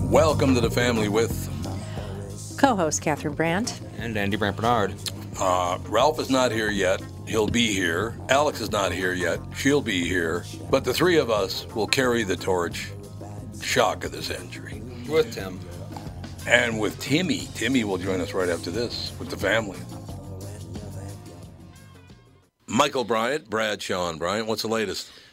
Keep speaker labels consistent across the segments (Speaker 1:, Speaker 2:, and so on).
Speaker 1: Welcome to the family with
Speaker 2: Co host Catherine Brandt.
Speaker 3: And Andy Brant Bernard.
Speaker 1: uh, Ralph is not here yet. He'll be here. Alex is not here yet. She'll be here. But the three of us will carry the torch. Shock of the century.
Speaker 3: With Tim.
Speaker 1: And with Timmy, Timmy will join us right after this with the family. Michael Bryant, Brad Sean Bryant, what's the latest?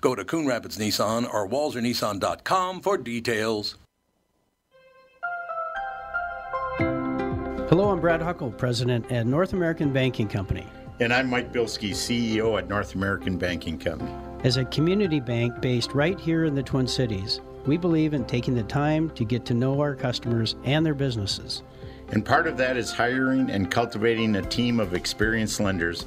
Speaker 1: Go to Coon Rapids Nissan or WalzerNissan.com for details.
Speaker 4: Hello, I'm Brad Huckle, president at North American Banking Company.
Speaker 5: And I'm Mike Bilski, CEO at North American Banking Company.
Speaker 4: As a community bank based right here in the Twin Cities, we believe in taking the time to get to know our customers and their businesses.
Speaker 5: And part of that is hiring and cultivating a team of experienced lenders.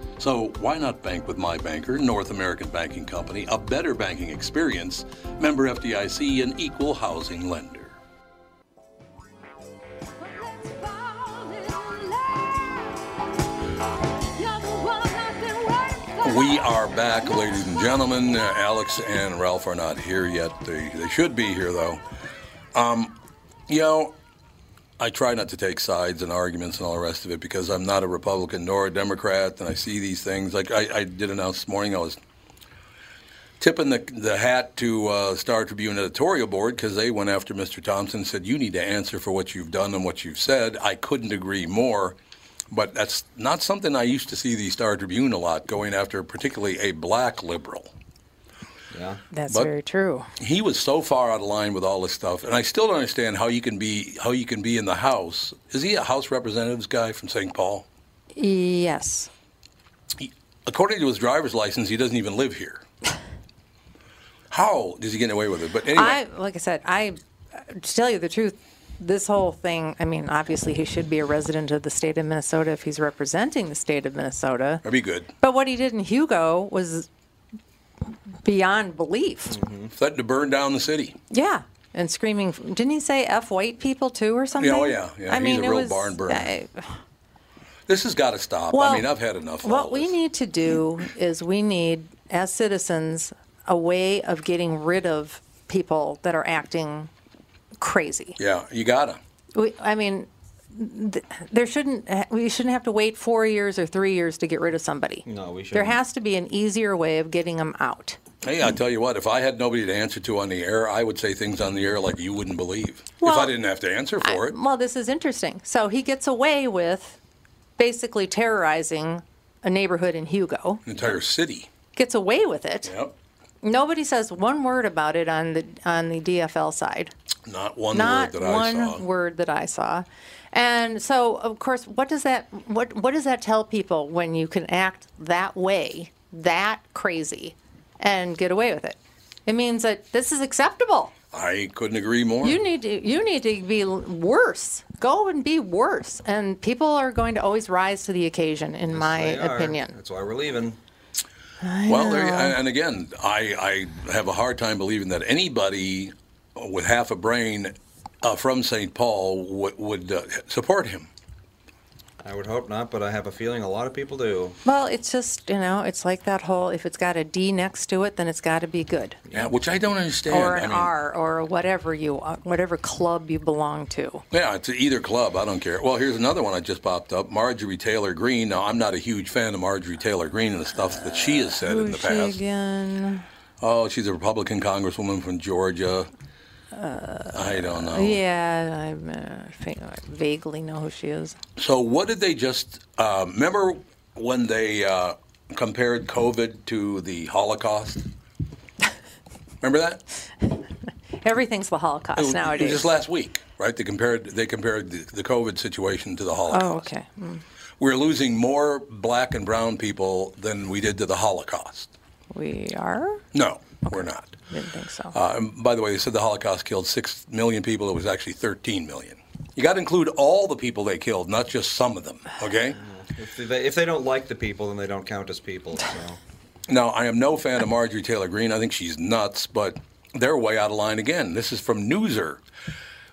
Speaker 1: So why not bank with my banker, North American Banking Company, a better banking experience, member FDIC, an equal housing lender? We are back, ladies and gentlemen. Uh, Alex and Ralph are not here yet. They, they should be here, though. Um, you know, I try not to take sides and arguments and all the rest of it because I'm not a Republican nor a Democrat, and I see these things. Like I, I did announce this morning, I was tipping the, the hat to uh, Star Tribune editorial board because they went after Mr. Thompson and said, You need to answer for what you've done and what you've said. I couldn't agree more. But that's not something I used to see the Star Tribune a lot going after, particularly a black liberal.
Speaker 3: Yeah.
Speaker 2: That's
Speaker 1: But-
Speaker 2: very true.
Speaker 1: He was so far out of line with all this stuff, and I still don't understand how you can be how you can be in the House. Is he a House Representatives guy from St. Paul?
Speaker 2: Yes.
Speaker 1: He, according to his driver's license, he doesn't even live here. How does he get away with it? But anyway,
Speaker 2: I like I said, I to tell you the truth, this whole thing. I mean, obviously, he should be a resident of the state of Minnesota if he's representing the state of Minnesota.
Speaker 1: that'd be good.
Speaker 2: But what he did in Hugo was beyond belief.
Speaker 1: Threatened to burn down the city.
Speaker 2: Yeah, and screaming. Didn't he say "f white people" too, or something?
Speaker 1: Yeah, oh, yeah, yeah,
Speaker 2: I
Speaker 1: he's
Speaker 2: mean,
Speaker 1: a
Speaker 2: it
Speaker 1: real
Speaker 2: was,
Speaker 1: barn burner.
Speaker 2: I-
Speaker 1: This has got to stop.
Speaker 2: Well,
Speaker 1: I mean, I've had enough. Of all
Speaker 2: What we
Speaker 1: this.
Speaker 2: need to do is we need, as citizens, a way of getting rid of people that are acting crazy.
Speaker 1: Yeah, you gotta.
Speaker 2: We, I mean, th- there shouldn't we shouldn't have to wait four years or three years to get rid of somebody.
Speaker 3: No, we
Speaker 2: There
Speaker 3: shouldn't.
Speaker 2: has to be an easier way of getting them out.
Speaker 1: Hey, I tell you what, if I had nobody to answer to on the air, I would say things on the air like you wouldn't believe. if
Speaker 2: Well,
Speaker 1: I didn't have to answer for it.
Speaker 2: Well, this is interesting. So he gets away with basically terrorizing a neighborhood in Hugo.
Speaker 1: An entire city.
Speaker 2: Gets away with it.
Speaker 1: Yep.
Speaker 2: Nobody says one word about it on the on the DFL side.
Speaker 1: Not one
Speaker 2: Not
Speaker 1: word that
Speaker 2: one
Speaker 1: I saw.
Speaker 2: word that I saw. And so, of course, what does that what what does that tell people when you can act that way, that crazy, and get away with it? It means that this is acceptable.
Speaker 1: I couldn't agree more.
Speaker 2: You need to you need to be l- worse. Go and be worse. And people are going to always rise to the occasion, in my
Speaker 3: They are.
Speaker 2: opinion.
Speaker 3: That's why we're leaving.
Speaker 1: well, there, and again, I, I have a hard time believing that anybody with half a brain uh, from St. Paul would, would uh, support him.
Speaker 3: I would hope not, but I have a feeling a lot of people do.
Speaker 2: Well, it's just you know, it's like that whole if it's got a D next to it, then it's got to be good,
Speaker 1: Yeah, which I don't understand.
Speaker 2: or
Speaker 1: I
Speaker 2: an
Speaker 1: mean,
Speaker 2: R, or whatever you are- whatever club you belong to.
Speaker 1: Yeah, to either club, I don't care. Well, here's another one I just popped up: Marjorie Taylor Greene. Now, I'm not a huge fan of Marjorie Taylor Greene and the stuff that she has said in
Speaker 2: Who's
Speaker 1: the
Speaker 2: she
Speaker 1: past.
Speaker 2: again?
Speaker 1: Oh, she's a Republican congresswoman from Georgia. I don't know.
Speaker 2: Uh, Yeah, I'm, uh, I think I vaguely know who she is.
Speaker 1: So, what did they just uh, remember when they uh, compared COVID to the Holocaust? Remember that?
Speaker 2: Everything's the Holocaust
Speaker 1: It was- It
Speaker 2: nowadays.
Speaker 1: was just last week, right? They compared they compared the, the COVID situation to the Holocaust.
Speaker 2: oh, okay. Mm,
Speaker 1: We're losing more black and brown people than we did to the Holocaust.
Speaker 2: We are.
Speaker 1: No, we're not.
Speaker 2: Didn't think so.
Speaker 1: Uh, and by the way, they said the Holocaust killed 6 million people. It was actually 13 million. You got to include all the people they killed, not just some of them, okay?
Speaker 3: If they, if they don't like the people, then they don't count as people. So
Speaker 1: Now, I am no fan of Marjorie Taylor Greene. I think she's nuts, but they're way out of line again. This is from Newser.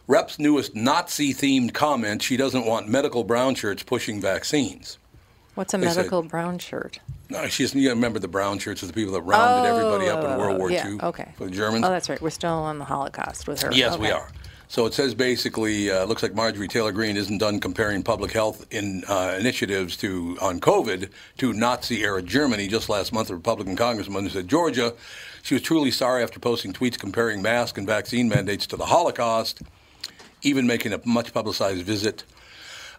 Speaker 1: Rep's newest Nazi themed comment she doesn't want medical brown shirts pushing vaccines.
Speaker 2: What's a
Speaker 1: said-
Speaker 2: medical brown shirt?
Speaker 1: No, she doesn't Oh, you remember the brown shirts are the people that rounded everybody up in World War
Speaker 2: Oh, yeah,
Speaker 1: II
Speaker 2: okay.
Speaker 1: for the Germans.
Speaker 2: Oh, that's right. We're still on the Holocaust with her.
Speaker 1: Yes, we
Speaker 2: Okay.
Speaker 1: are. So it says basically, uh, looks like Marjorie Taylor Greene isn't done comparing public health in, uh, initiatives to on COVID to Nazi-era Germany. Just last month, a Republican congressman said Georgia, she was truly sorry after posting tweets comparing mask and vaccine mandates to the Holocaust, even making a much publicized visit.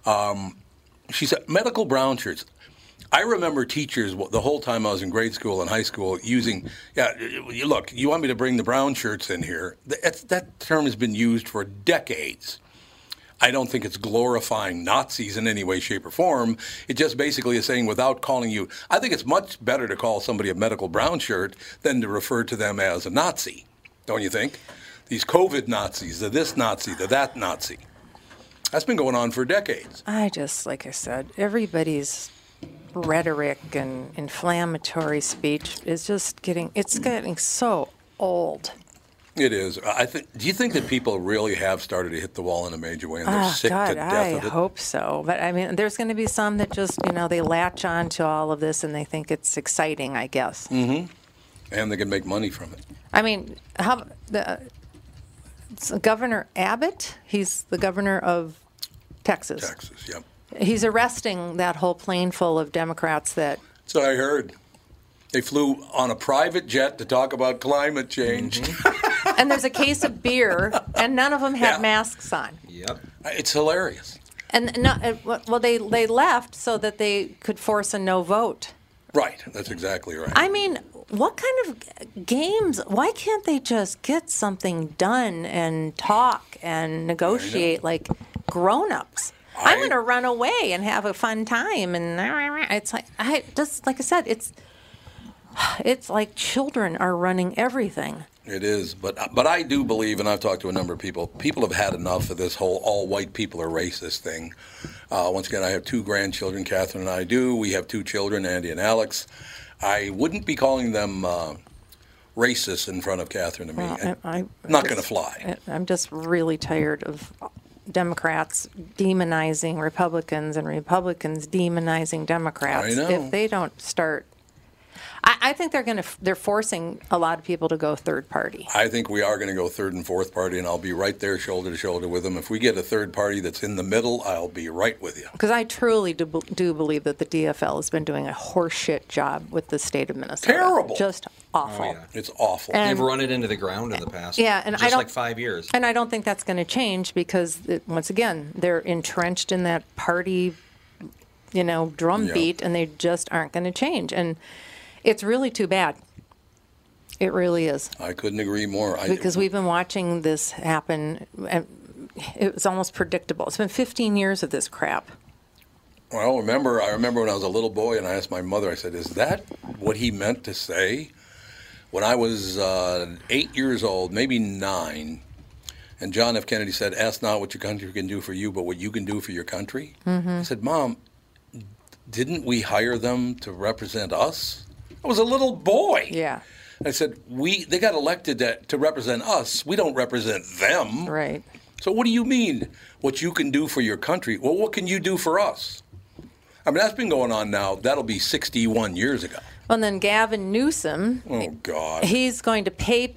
Speaker 1: Um, she said medical brown shirts. I remember teachers w- the whole time I was in grade school and high school using, yeah, you- look, you want me to bring the brown shirts in here? That, that term has been used for decades. I don't think it's glorifying Nazis in any way, shape, or form. It just basically is saying without calling you, I think it's much better to call somebody a medical brown shirt than to refer to them as a Nazi, don't you think? These COVID Nazis, the this Nazi, the that Nazi. That's been going on for decades.
Speaker 2: I just, like I said, everybody's rhetoric and inflammatory speech is just getting, it's getting so old.
Speaker 1: It is. I think. Do you think that people really have started to hit the wall in a major way, and they're
Speaker 2: Oh,
Speaker 1: sick to
Speaker 2: God,
Speaker 1: death
Speaker 2: I
Speaker 1: of it?
Speaker 2: hope so. But I mean, there's going to be some that just, you know, they latch on to all of this and they think it's exciting, I guess.
Speaker 1: Mm. And they can make money from it.
Speaker 2: I mean, how the it's Governor Abbott, he's the governor of Texas.
Speaker 1: Taxes. Yeah.
Speaker 2: He's arresting that whole plane full of Democrats that
Speaker 1: So I heard. They flew on a private jet to talk about climate change.
Speaker 2: Mm-hmm. and there's a case of beer, and none of them had
Speaker 1: Yeah.
Speaker 2: masks on.
Speaker 3: yep.
Speaker 1: it's hilarious.
Speaker 2: And not, uh, well, they they left so that they could force a no vote.
Speaker 1: Right. That's exactly right.
Speaker 2: I mean, what kind of games? Why can't they just get something done and talk and negotiate like grown-ups? I,
Speaker 1: I-
Speaker 2: am going to run away and have a fun time, and it's like I just like I said, it's it's like children are running everything.
Speaker 1: It is, but but I do believe, and I've talked to a number of people. People have had enough of this whole all white people are racist thing. Uh, once again, I have two grandchildren, Catherine and I do. We have two children, Andy and Alex. I wouldn't be calling them uh, racist in front of Catherine and me.
Speaker 2: Well, I- I-
Speaker 1: Not gonna fly.
Speaker 2: I- I'm just really tired of Democrats demonizing Republicans and Republicans demonizing Democrats.
Speaker 1: I know.
Speaker 2: If they don't start, I, I think they're going to they're forcing a lot of people to go third party.
Speaker 1: I think we are going to go third and fourth party, and I'll be right there shoulder to shoulder with them. If we get a third party that's in the middle, I'll be right with you.
Speaker 2: Because I truly do, do believe that the DFL has been doing a horseshit job with the state of Minnesota.
Speaker 1: Terrible. Oh,
Speaker 2: Just awful.
Speaker 3: yeah.
Speaker 1: It's awful.
Speaker 2: And-
Speaker 3: They've run it into the ground in the past.
Speaker 2: Yeah, and I
Speaker 3: just
Speaker 2: don't-
Speaker 3: like five years.
Speaker 2: And I don't think that's going to change because, it, once again, they're entrenched in that party, you know,
Speaker 1: Yeah.
Speaker 2: drumbeat, and they just aren't going to change. And it's really too bad. It really is
Speaker 1: I couldn't agree more. I,
Speaker 2: because we've been watching this happen. And it was almost predictable. It's been 15 years of this crap.
Speaker 1: Well, remember, I remember when I was a little boy, and I asked my mother. I said, "Is that what he meant to say?" When I was uh, eight years old, maybe nine, and John F. Kennedy said, "Ask not what your country can do for you, but what you can do for your country." I said, "Mom, didn't we hire them to represent us?" I was a little boy.
Speaker 2: Yeah,
Speaker 1: I said, "We they got elected to, to represent us. We don't represent them."
Speaker 2: right.
Speaker 1: So what do you mean? What you can do for your country? Well, what can you do for us? I mean, that's been going on now. That'll be 61 years ago.
Speaker 2: And then Gavin Newsom,
Speaker 1: Oh God.
Speaker 2: he's going to pay,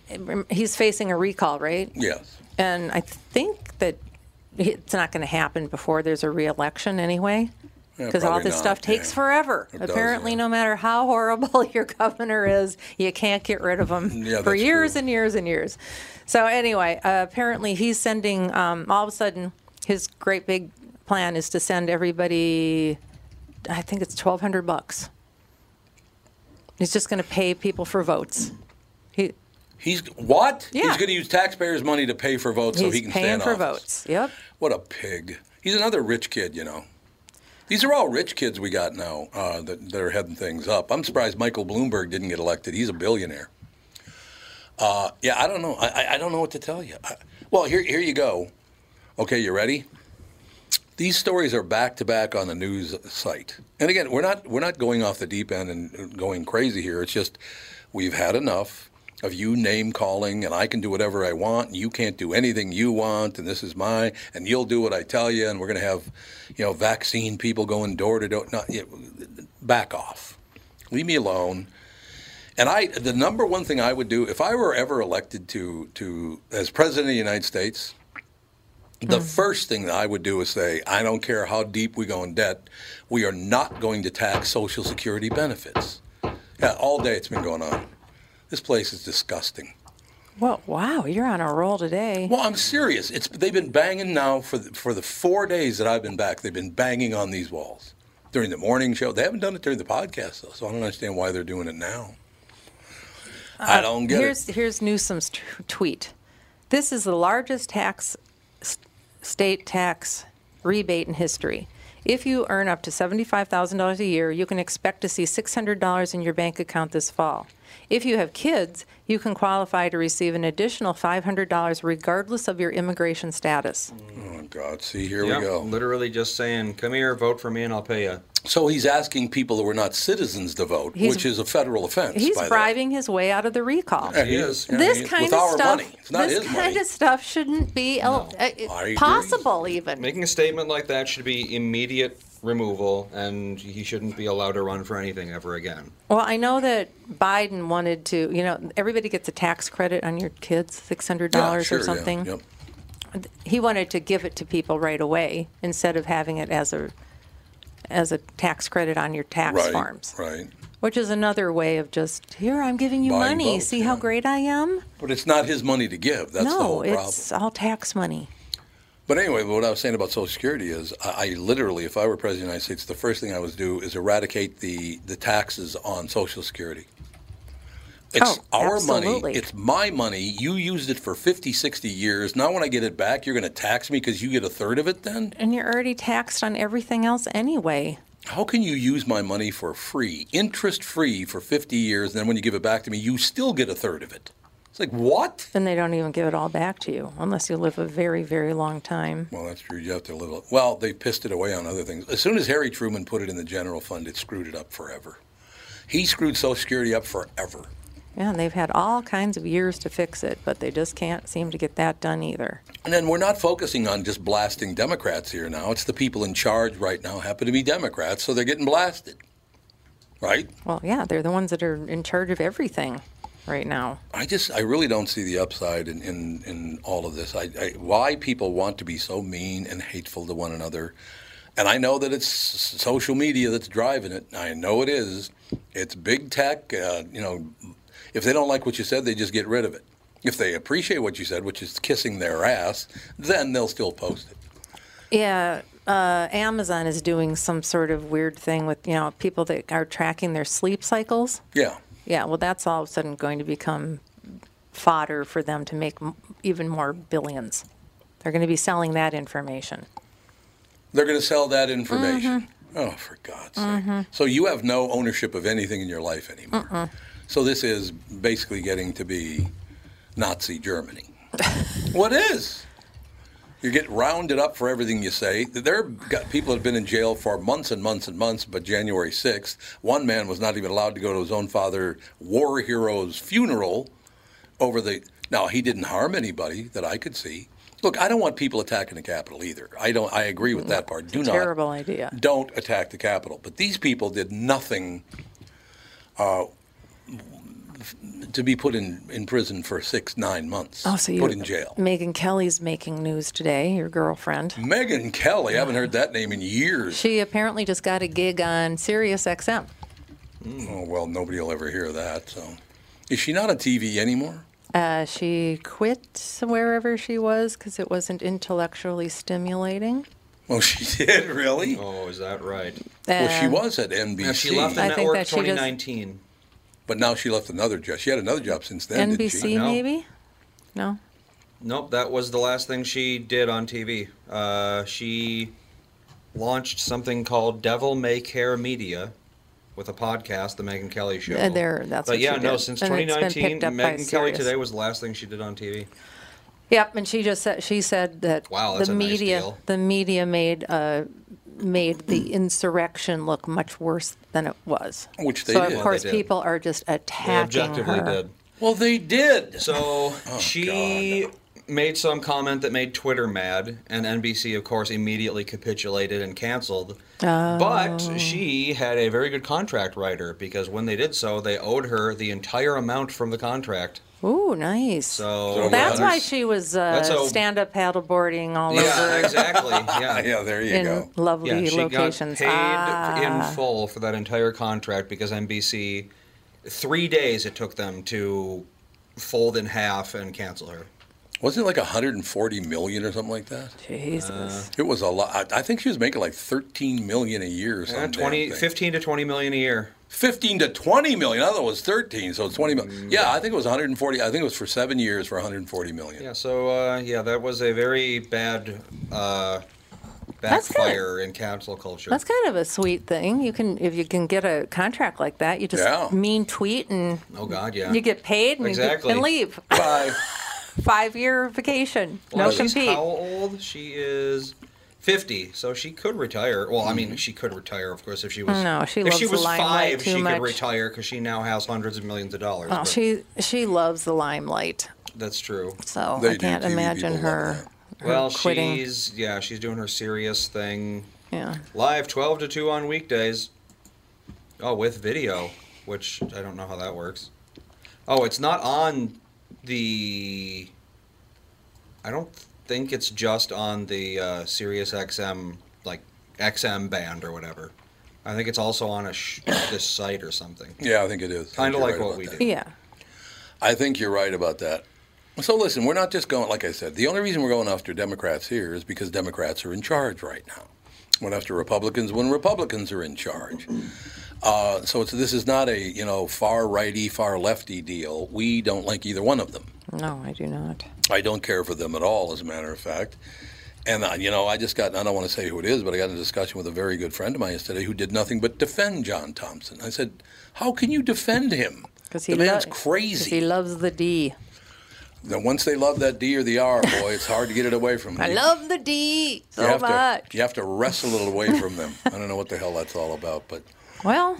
Speaker 2: he's facing a recall, right?
Speaker 1: yes.
Speaker 2: And I think that it's not going to happen before there's a reelection anyway.
Speaker 1: Yeah,
Speaker 2: Because all
Speaker 1: probably
Speaker 2: this
Speaker 1: not,
Speaker 2: stuff takes
Speaker 1: yeah.
Speaker 2: forever.
Speaker 1: It does,
Speaker 2: Apparently,
Speaker 1: yeah.
Speaker 2: no matter how horrible your governor is, you can't get rid of him
Speaker 1: Yeah,
Speaker 2: for
Speaker 1: that's
Speaker 2: years
Speaker 1: true.
Speaker 2: and years and years. So anyway, uh, apparently he's sending. Um, all of a sudden, his great big plan is to send everybody. I think it's twelve hundred bucks. He's just going to pay people for votes. He,
Speaker 1: He's what?
Speaker 2: Yeah.
Speaker 1: He's going to use taxpayers' money to pay for votes so
Speaker 2: he's
Speaker 1: he can
Speaker 2: paying
Speaker 1: stand
Speaker 2: for
Speaker 1: office.
Speaker 2: votes. Yep.
Speaker 1: What a pig. He's another rich kid, you know. These are all rich kids we got now uh, that, that are heading things up. I'm surprised Michael Bloomberg didn't get elected. He's a billionaire. Uh, yeah, I don't know. I, I- I don't know what to tell you. I, well, here, here you go. Okay, you ready? These stories are back to back on the news site. And again, we're not we're not going off the deep end and going crazy here. It's just we've had enough of you name calling and I can do whatever I want and you can't do anything you want and this is my and you'll do what I tell you and we're going to have you know vaccine people going door to door. Not yeah, back off. Leave me alone. And I, the number one thing I would do if I were ever elected to to as president of the United States, the
Speaker 2: Mm.
Speaker 1: first thing that I would do is say, I don't care how deep we go in debt, we are not going to tax Social Security benefits. Yeah, all day it's been going on. This place is disgusting.
Speaker 2: Well, wow, you're on a roll today.
Speaker 1: Well, I'm serious. It's they've been banging now for the, for the four days that I've been back. They've been banging on these walls during the morning show. They haven't done it during the podcast though, so I don't understand why they're doing it now. I don't get it.
Speaker 2: Uh, here's here's Newsom's t- tweet. This is the largest tax s- state tax rebate in history. If you earn up to $75,000 a year, you can expect to see $600 in your bank account this fall. If you have kids, you can qualify to receive an additional $500 regardless of your immigration status.
Speaker 1: Oh God! See, here
Speaker 3: Yeah,
Speaker 1: we go.
Speaker 3: literally just saying, "Come here, vote for me, and I'll pay you."
Speaker 1: So he's asking people who are not citizens to vote,
Speaker 2: He's-
Speaker 1: which is a federal offense.
Speaker 2: He's
Speaker 1: by the way.
Speaker 2: bribing his way out of the recall.
Speaker 1: Yeah, he is. Yeah,
Speaker 2: this
Speaker 1: he is.
Speaker 2: kind
Speaker 1: With
Speaker 2: of
Speaker 1: our
Speaker 2: stuff,
Speaker 1: money. It's not
Speaker 2: this
Speaker 1: his
Speaker 2: kind
Speaker 1: money.
Speaker 2: of stuff shouldn't be el- uh,
Speaker 1: agree.
Speaker 2: possible even.
Speaker 3: Making a statement like that should be immediate removal, and he shouldn't be allowed to run for anything ever again.
Speaker 2: Well, I know that Biden wanted to, you know, everybody gets a tax credit on your kids, $600
Speaker 1: Yeah, sure,
Speaker 2: or
Speaker 1: yeah,
Speaker 2: something.
Speaker 1: yep.
Speaker 2: He wanted to give it to people right away instead of having it as a as a tax credit on your tax
Speaker 1: Right.
Speaker 2: forms,
Speaker 1: Right.
Speaker 2: which is another way of just here I'm giving you
Speaker 1: Buying
Speaker 2: money.
Speaker 1: votes,
Speaker 2: See
Speaker 1: yeah.
Speaker 2: how great I am?
Speaker 1: But it's not his money to give. That's the
Speaker 2: no,
Speaker 1: whole problem.
Speaker 2: it's all tax money.
Speaker 1: But anyway, what I was saying about Social Security is, I, I literally, if I were president of the United States, the first thing I would do is eradicate the the taxes on Social Security. It's
Speaker 2: Oh,
Speaker 1: our
Speaker 2: absolutely.
Speaker 1: money. It's my money. You used it for 50, 60 years. Now, when I get it back, you're going to tax me because you get a third of it then?
Speaker 2: And you're already taxed on everything else anyway.
Speaker 1: How can you use my money for free, interest free for 50 years, and then when you give it back to me, you still get a third of it? It's like, what?
Speaker 2: Then they don't even give it all back to you unless you live a very, very long time.
Speaker 1: Well, that's true. You have to live. Well, they pissed it away on other things. As soon as Harry Truman put it in the general fund, it screwed it up forever. He screwed Social Security up forever.
Speaker 2: Yeah, and they've had all kinds of years to fix it, but they just can't seem to get that done either.
Speaker 1: And then we're not focusing on just blasting Democrats here now. It's the people in charge right now happen to be Democrats, so they're getting blasted. right?
Speaker 2: Well, yeah, they're the ones that are in charge of everything right now.
Speaker 1: I just, I really don't see the upside in, in, in all of this. I, I, why people want to be so mean and hateful to one another. And I know that it's s- social media that's driving it. I know it is. It's big tech. Uh, you know, if they don't like what you said, they just get rid of it. If they appreciate what you said, which is kissing their ass, then they'll still post it.
Speaker 2: Yeah, uh, Amazon is doing some sort of weird thing with you know people that are tracking their sleep cycles.
Speaker 1: Yeah.
Speaker 2: Yeah, well, that's all of a sudden going to become fodder for them to make m- even more billions. They're going to be selling that information.
Speaker 1: They're going to sell that information. Oh, for God's sake. So you have no ownership of anything in your life anymore. So this is basically getting to be Nazi Germany. what is? You get rounded up for everything you say. There are got people that have been in jail for months and months and months, but January 6th, one man was not even allowed to go to his own father, war hero's funeral over the. Now, he didn't harm anybody that I could see. Look, I don't want people attacking the Capitol either. I don't. I agree with that part. Do not
Speaker 2: Terrible idea.
Speaker 1: don't attack the Capitol. But these people did nothing uh, to be put in, in prison for six, nine months.
Speaker 2: Oh, so you
Speaker 1: put in jail.
Speaker 2: Megan Kelly's making news today. Your girlfriend.
Speaker 1: Megan Kelly, I haven't heard that name in years.
Speaker 2: She apparently just got a gig on Sirius XM.
Speaker 1: Oh, well, nobody will ever hear that. So, is she not on TV anymore?
Speaker 2: Uh, she quit wherever she was because it wasn't intellectually stimulating.
Speaker 1: Oh, she did really.
Speaker 3: Oh, is that right?
Speaker 1: Well, she
Speaker 2: And-
Speaker 1: was at NBC,
Speaker 3: Yeah, she left the
Speaker 2: I think
Speaker 3: network
Speaker 2: that she just-
Speaker 3: 2019.
Speaker 1: but now she left another job. She had another job since then. didn't
Speaker 2: NBC
Speaker 1: she?
Speaker 3: No.
Speaker 2: maybe? No.
Speaker 3: Nope, that was the last thing she did on TV. Uh, she launched something called Devil May Care Media with a podcast, The Megan Kelly Show.
Speaker 2: Uh, there, that's
Speaker 3: but
Speaker 2: what
Speaker 3: yeah,
Speaker 2: she
Speaker 3: no,
Speaker 2: did.
Speaker 3: since
Speaker 2: And it's been
Speaker 3: 2019,
Speaker 2: picked up by
Speaker 3: Megan Kelly
Speaker 2: Sirius.
Speaker 3: Today was the last thing she did on TV.
Speaker 2: Yep, and she just said she said that
Speaker 3: Wow, that's
Speaker 2: the
Speaker 3: a nice
Speaker 2: media
Speaker 3: deal.
Speaker 2: the media made uh, made the insurrection look much worse than it was.
Speaker 1: Which they did.
Speaker 2: so of
Speaker 1: Well, they
Speaker 2: course
Speaker 3: did.
Speaker 2: people are just
Speaker 3: They
Speaker 2: attacking
Speaker 3: objectively
Speaker 2: her.
Speaker 3: did.
Speaker 1: Well, they did.
Speaker 3: So she made some comment that made Twitter mad, and NBC, of course, immediately capitulated and canceled.
Speaker 2: Oh.
Speaker 3: But she had a very good contract writer because when they did so, they owed her the entire amount from the contract.
Speaker 2: Ooh, nice.
Speaker 3: So
Speaker 1: So
Speaker 2: that's
Speaker 1: yeah.
Speaker 2: why she was uh,
Speaker 3: That's how-
Speaker 2: stand up paddleboarding all
Speaker 3: Yeah,
Speaker 2: over
Speaker 3: exactly. Yeah.
Speaker 1: Yeah, there you
Speaker 2: in
Speaker 1: go.
Speaker 2: lovely
Speaker 3: Yeah, she
Speaker 2: locations.
Speaker 3: got paid
Speaker 2: Ah.
Speaker 3: in full for that entire contract because NBC, three days it took them to fold in half and cancel her.
Speaker 1: Wasn't it like 140 million or something like that?
Speaker 2: Jesus.
Speaker 3: uh,
Speaker 1: It was a lot. I I think she was making like 13 million a year or something.
Speaker 3: Yeah, 20, 15 to 20 million a year.
Speaker 1: 15 to 20 million. I thought it was 13, so it's 20
Speaker 3: Mm.
Speaker 1: million. Yeah, I think it was 140. I think it was for seven years for 140 million.
Speaker 3: Yeah, so uh, yeah, that was a very bad uh,
Speaker 2: That's good.
Speaker 3: backfire in cancel culture.
Speaker 2: That's kind of a sweet thing. You can if you can get a contract like that, you just
Speaker 1: Yeah.
Speaker 2: mean tweet and
Speaker 3: oh God, yeah.
Speaker 2: you get paid and, you get-
Speaker 3: Exactly.
Speaker 2: and leave.
Speaker 1: Five.
Speaker 2: Five year vacation.
Speaker 3: Well,
Speaker 2: no
Speaker 3: she's
Speaker 2: compete.
Speaker 3: how old? She is fifty, so she could retire. Well, I mean, she could retire, of course, if she was.
Speaker 2: Mm. No, she
Speaker 3: if
Speaker 2: loves
Speaker 3: she
Speaker 2: the
Speaker 3: was
Speaker 2: limelight
Speaker 3: five,
Speaker 2: too
Speaker 3: she
Speaker 2: much.
Speaker 3: could retire because she now has hundreds of millions of dollars.
Speaker 2: Well,
Speaker 3: but
Speaker 2: she she loves the limelight,
Speaker 3: that's true.
Speaker 2: so
Speaker 1: They
Speaker 2: I
Speaker 1: do.
Speaker 2: can't
Speaker 1: TV
Speaker 2: imagine
Speaker 1: people love
Speaker 2: her, her
Speaker 3: Well,
Speaker 2: quitting.
Speaker 3: she's yeah, she's doing her serious thing.
Speaker 2: Yeah.
Speaker 3: Live twelve to two on weekdays. Oh, with video, which I don't know how that works. Oh, it's not on the. I don't think it's just on the uh, Sirius XM like XM band or whatever. I think it's also on a sh- this site or something.
Speaker 1: Yeah, I think it is. I think
Speaker 3: Kind of
Speaker 1: you're
Speaker 3: like
Speaker 1: right
Speaker 3: what
Speaker 1: about
Speaker 3: we
Speaker 1: that.
Speaker 3: do.
Speaker 2: Yeah.
Speaker 1: I think you're right about that. So listen, we're not just going, like I said, the only reason we're going after Democrats here is because Democrats are in charge right now. Went after Republicans when Republicans are in charge. Uh, so it's, this is not a you know far righty, far lefty deal. We don't like either one of them.
Speaker 2: No, I do not.
Speaker 1: I don't care for them at all, as a matter of fact. And, uh, you know, I just got, I don't want to say who it is, but I got in a discussion with a very good friend of mine yesterday who did nothing but defend John Thompson. I said, How can you defend him?
Speaker 2: Because he
Speaker 1: the man's
Speaker 2: lo- 'cause
Speaker 1: crazy.
Speaker 2: He loves the D.
Speaker 1: Now, once they love that D or the R, boy, it's hard to get it away from them.
Speaker 2: I love the D
Speaker 1: you
Speaker 2: so
Speaker 1: have
Speaker 2: much.
Speaker 1: To, you have to wrestle it away from them. I don't know what the hell that's all about, but
Speaker 2: Well,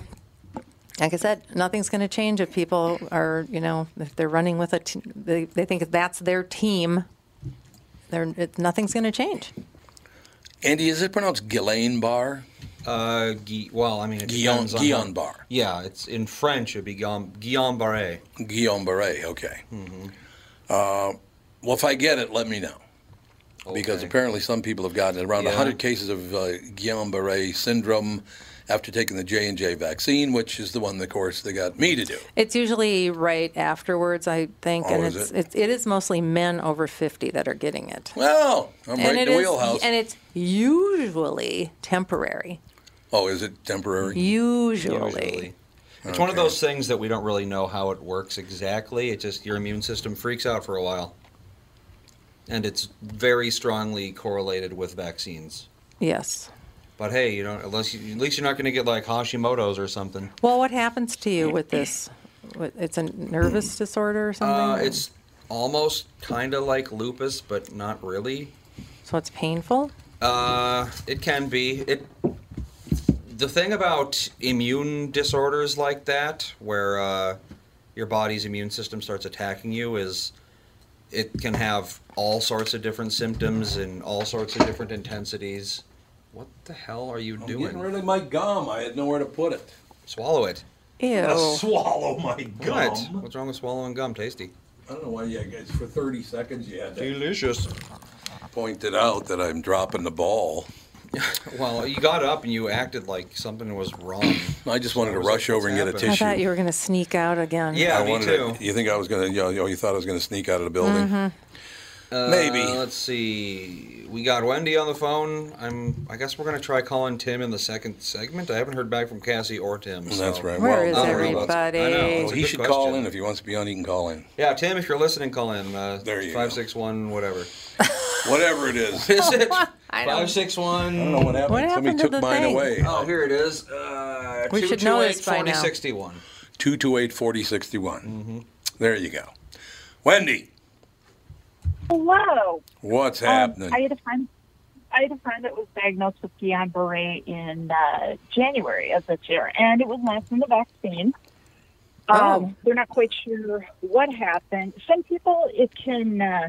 Speaker 2: like I said, nothing's going to change if people are, you know, if they're running with a, t- they, they think that's their team. They're, it, nothing's going to change.
Speaker 1: Andy, is it pronounced Ghislaine Barr?
Speaker 3: Uh, Gui- well, I mean, it
Speaker 1: Guillaume,
Speaker 3: depends on
Speaker 1: Guillaume
Speaker 3: how-
Speaker 1: Bar.
Speaker 3: Yeah, it's in French. It'd be Guillaume, Guillaume Barre.
Speaker 1: Guillaume Barre, okay. Uh, well, if I get it, let me know. Because
Speaker 3: Okay.
Speaker 1: apparently some people have gotten around
Speaker 3: Yeah.
Speaker 1: 100 cases of uh, Guillain-Barré syndrome after taking the J&J vaccine, which is the one, of course, they got me to do.
Speaker 2: It's usually right afterwards, I think,
Speaker 1: Oh,
Speaker 2: and
Speaker 1: is
Speaker 2: it's,
Speaker 1: it?
Speaker 2: it's it is mostly men over fifty that are getting it.
Speaker 1: Well, I'm right
Speaker 2: and
Speaker 1: in
Speaker 2: it
Speaker 1: the
Speaker 2: is-
Speaker 1: wheelhouse.
Speaker 2: and it's usually temporary.
Speaker 1: oh, is it temporary?
Speaker 2: Usually.
Speaker 3: Usually. It's one of those things that we don't really know how it works exactly. It just your immune system freaks out for a while. And it's very strongly correlated with vaccines.
Speaker 2: Yes.
Speaker 3: But hey, you know, unless you, at least you're not going to get like Hashimoto's or something.
Speaker 2: Well, what happens to you with this? What- It's a nervous disorder or something.
Speaker 3: Uh, it's almost kind of like lupus, but not really.
Speaker 2: so it's painful.
Speaker 3: Uh, it can be. It. The thing about immune disorders like that, where uh, your body's immune system starts attacking you, is it can have all sorts of different symptoms and all sorts of different intensities. What the hell are you
Speaker 1: I'm
Speaker 3: doing?
Speaker 1: getting rid of my gum. I had nowhere to put it.
Speaker 3: Swallow it.
Speaker 2: Ew.
Speaker 1: swallow my
Speaker 3: What? What's wrong with swallowing gum? Tasty.
Speaker 1: I don't know why you guys, for 30 seconds you had to
Speaker 3: Delicious.
Speaker 1: point it out that I'm dropping the ball.
Speaker 3: Well, you got up and you acted like something was wrong.
Speaker 1: I just wanted to
Speaker 3: was like,
Speaker 1: rush over and get a
Speaker 3: what's happening?
Speaker 2: I
Speaker 1: tissue.
Speaker 2: thought you were going to sneak out again.
Speaker 3: Yeah,
Speaker 1: I
Speaker 3: me
Speaker 1: wanted
Speaker 3: too.
Speaker 1: To, you think I was going to, you, know, you thought I was going to sneak out of the building?
Speaker 2: Mm-hmm.
Speaker 1: Maybe.
Speaker 3: Uh, let's see. We got Wendy on the phone. I'm. I guess we're gonna try calling Tim in the second segment. I haven't heard back from Cassie or Tim. So.
Speaker 1: That's right.
Speaker 2: Where is
Speaker 1: Well,
Speaker 3: I don't know about-
Speaker 2: everybody?
Speaker 3: I
Speaker 1: Well,
Speaker 3: know. It's a
Speaker 1: Oh, he
Speaker 3: good
Speaker 1: should call
Speaker 3: question.
Speaker 1: in if he wants to be on. He can call in.
Speaker 3: Yeah, Tim, if you're listening, call in. Uh,
Speaker 1: There you go.
Speaker 3: Five six one whatever.
Speaker 1: Whatever it is. I
Speaker 3: Is it
Speaker 2: I don't-
Speaker 3: five six
Speaker 1: don't
Speaker 3: one?
Speaker 1: know what happened.
Speaker 2: What
Speaker 1: Somebody
Speaker 2: happened to
Speaker 1: took
Speaker 2: the
Speaker 1: mine
Speaker 2: thing?
Speaker 1: away.
Speaker 3: Oh, here it is. Uh,
Speaker 2: We should know this by now.
Speaker 3: 4061.
Speaker 1: 228 4061. There you go. Wendy,
Speaker 5: Hello.
Speaker 1: what's
Speaker 5: Um,
Speaker 1: happening?
Speaker 5: I had a friend. I had a friend that was diagnosed with Guillain-Barré in uh, January of this year, and it was not from the vaccine. Um,
Speaker 2: Oh.
Speaker 5: They're not quite sure what happened. Some people, it can uh,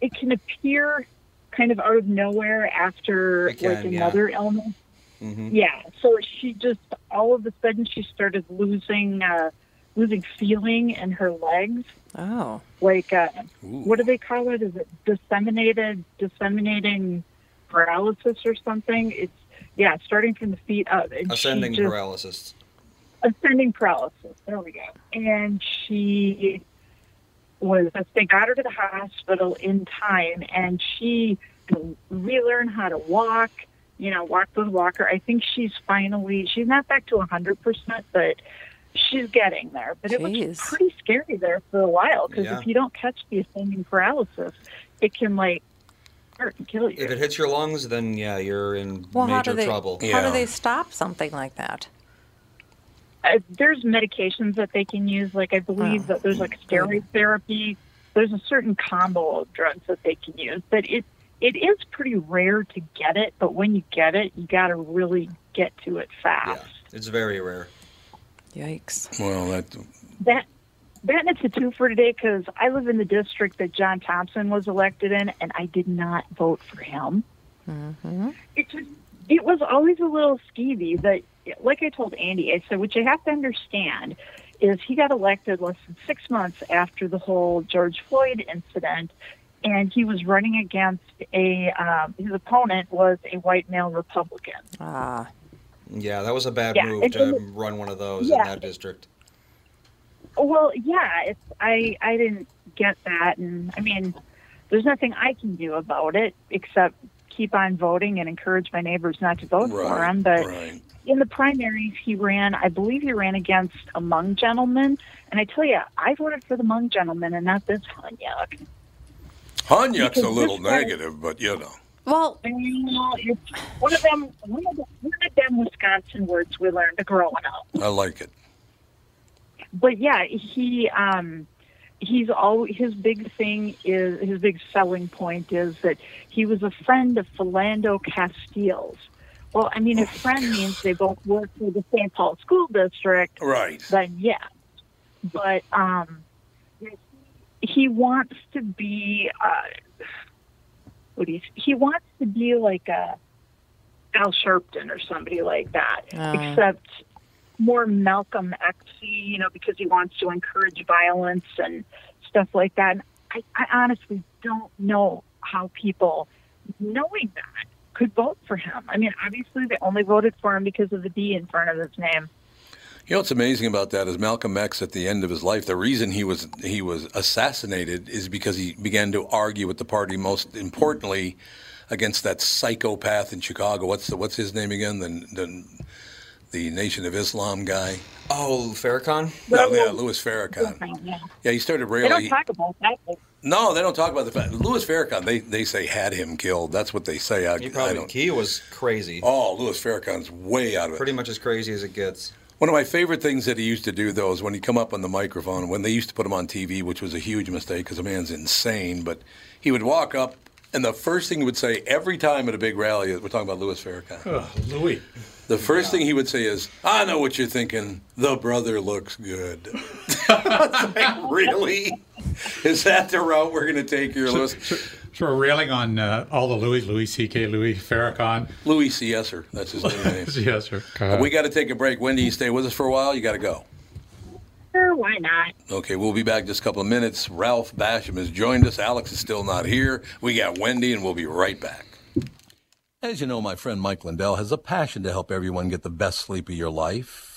Speaker 5: it can appear kind of out of nowhere after
Speaker 3: It can,
Speaker 5: like
Speaker 3: yeah.
Speaker 5: another illness.
Speaker 3: Mhm.
Speaker 5: Yeah. So she just all of a sudden she started losing uh, losing feeling in her legs
Speaker 2: Oh.
Speaker 5: like uh,
Speaker 1: Ooh.
Speaker 5: what do they call it? Is it disseminated disseminating paralysis or something? It's yeah, starting from the feet up. And she
Speaker 3: Ascending
Speaker 5: just-
Speaker 3: paralysis.
Speaker 5: Ascending paralysis. There we go. And she was they got her to the hospital in time, and she can relearn how to walk. You know, walk with a walker. I think she's finally she's not back to hundred percent, but she's getting there. But it was
Speaker 2: Jeez.
Speaker 5: pretty scary there for a while because
Speaker 3: Yeah.
Speaker 5: if you don't catch the ascending paralysis, it can like hurt and kill you.
Speaker 3: If it hits your lungs, then yeah, you're in
Speaker 2: Well, how do
Speaker 3: major
Speaker 2: they
Speaker 3: trouble.
Speaker 2: how
Speaker 1: Yeah.
Speaker 2: do they stop something like that?
Speaker 5: uh, there's medications that they can use. Like I believe
Speaker 2: Oh.
Speaker 5: that there's like steroid therapy. There's a certain combo of drugs that they can use, but it it is pretty rare to get it. But when you get it, you got to really get to it
Speaker 3: Yeah,
Speaker 5: fast.
Speaker 3: it's very rare.
Speaker 2: Yikes.
Speaker 1: well, that,
Speaker 5: That that and it's a two for today because I live in the district that John Thompson was elected in, and I did not vote for him. It just it was always a little skeevy that, like I told Andy, I said what you have to understand is he got elected less than six months after the whole George Floyd incident. And he was running against a um, his opponent was a white male Republican.
Speaker 2: Ah.
Speaker 3: Yeah, that was a bad
Speaker 5: Yeah,
Speaker 3: move
Speaker 5: it's
Speaker 3: to
Speaker 5: in
Speaker 3: run one of those
Speaker 5: Yeah.
Speaker 3: in that district.
Speaker 5: Well, yeah, it's, I I didn't get that, and I mean, there's nothing I can do about it except keep on voting and encourage my neighbors not to vote for
Speaker 1: right.
Speaker 5: him. But
Speaker 1: right.
Speaker 5: in the primaries, he ran. I believe he ran against a Hmong gentleman, and I tell you, I voted for the Hmong gentleman and not this Hanyuk.
Speaker 1: Hanyuk's a
Speaker 5: Because
Speaker 1: little
Speaker 5: this guy-
Speaker 1: negative, but you know.
Speaker 2: Well,
Speaker 5: Well, it's one of them. One of, the, one of them Wisconsin words we learned growing up.
Speaker 1: I like it.
Speaker 5: but yeah, he um, he's all his big thing is his big selling point is that he was a friend of Philando Castiles. Well, I mean, if friend means they both work for the St. Paul School District,
Speaker 1: Right.
Speaker 5: then yeah. But um, he wants to be uh, what do you, he wants to be like a Al Sharpton or somebody like that,
Speaker 2: Oh.
Speaker 5: except more Malcolm X, you know, because he wants to encourage violence and stuff like that. And I, I honestly don't know how people, knowing that, could vote for him. I mean, obviously they only voted for him because of the D in front of his name.
Speaker 1: You know what's amazing about that is Malcolm X at the end of his life, the reason he was he was assassinated is because he began to argue with the party most importantly against that psychopath in Chicago. What's the, what's his name again? The, the the Nation of Islam guy.
Speaker 3: Oh, Farrakhan.
Speaker 1: No, yeah, Louis Farrakhan.
Speaker 5: Yeah.
Speaker 1: Yeah, he started
Speaker 5: They
Speaker 1: railing.
Speaker 5: don't talk about that. but
Speaker 1: no, they don't talk about the fact. Louis Farrakhan. They they say had him killed. That's what they say. I,
Speaker 3: He
Speaker 1: I
Speaker 3: probably
Speaker 1: don't.
Speaker 3: he was crazy.
Speaker 1: Oh, Louis Farrakhan's way out of it.
Speaker 3: Pretty much as crazy as it gets.
Speaker 1: One of my favorite things that he used to do, though, is when he'd come up on the microphone, when they used to put him on TV, which was a huge mistake because the man's insane, but he would walk up, and the first thing he would say every time at a big rally, we're talking about Louis Farrakhan,
Speaker 6: Oh, Louis.
Speaker 1: the first thing he would say is, I know what you're thinking, the brother looks good. It's like, really? Is that the route we're going to take here, Louis?
Speaker 7: So we're railing on uh, all the Louis, Louis C.K., Louis Farrakhan.
Speaker 1: Louis C.S.er, that's his new name.
Speaker 7: Yes, sir.
Speaker 1: We got to take a break. Wendy, you stay with us for a while, you got to go.
Speaker 5: Sure, why not?
Speaker 1: Okay, we'll be back just a couple of minutes. Ralph Basham has joined us. Alex is still not here. We got Wendy, and we'll be right back. As you know, my friend Mike Lindell has a passion to help everyone get the best sleep of your life.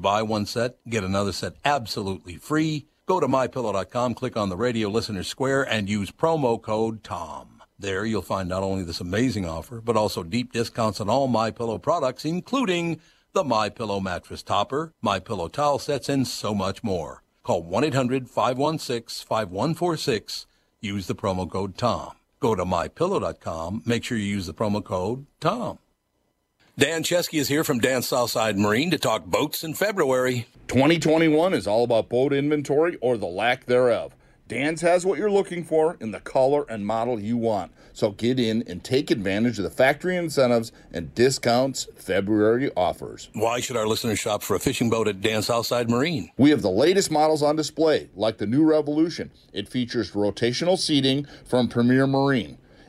Speaker 1: buy one set, get another set absolutely free. Go to mypillow.com, click on the radio listener square, and use promo code TOM. There you'll find not only this amazing offer, but also deep discounts on all My Pillow products, including the My Pillow mattress topper, My Pillow towel sets, and so much more. Call 1-800-516-5146. Use the promo code TOM. Go to mypillow.com. Make sure you use the promo code TOM. Dan Chesky is here from Dan Southside Marine to talk boats in February.
Speaker 8: 2021 is all about boat inventory or the lack thereof. Dan's has what you're looking for in the color and model you want. So get in and take advantage of the factory incentives and discounts February offers.
Speaker 1: Why should our listeners shop for a fishing boat at Dan Southside Marine?
Speaker 8: We have the latest models on display, like the new Revolution. It features rotational seating from Premier Marine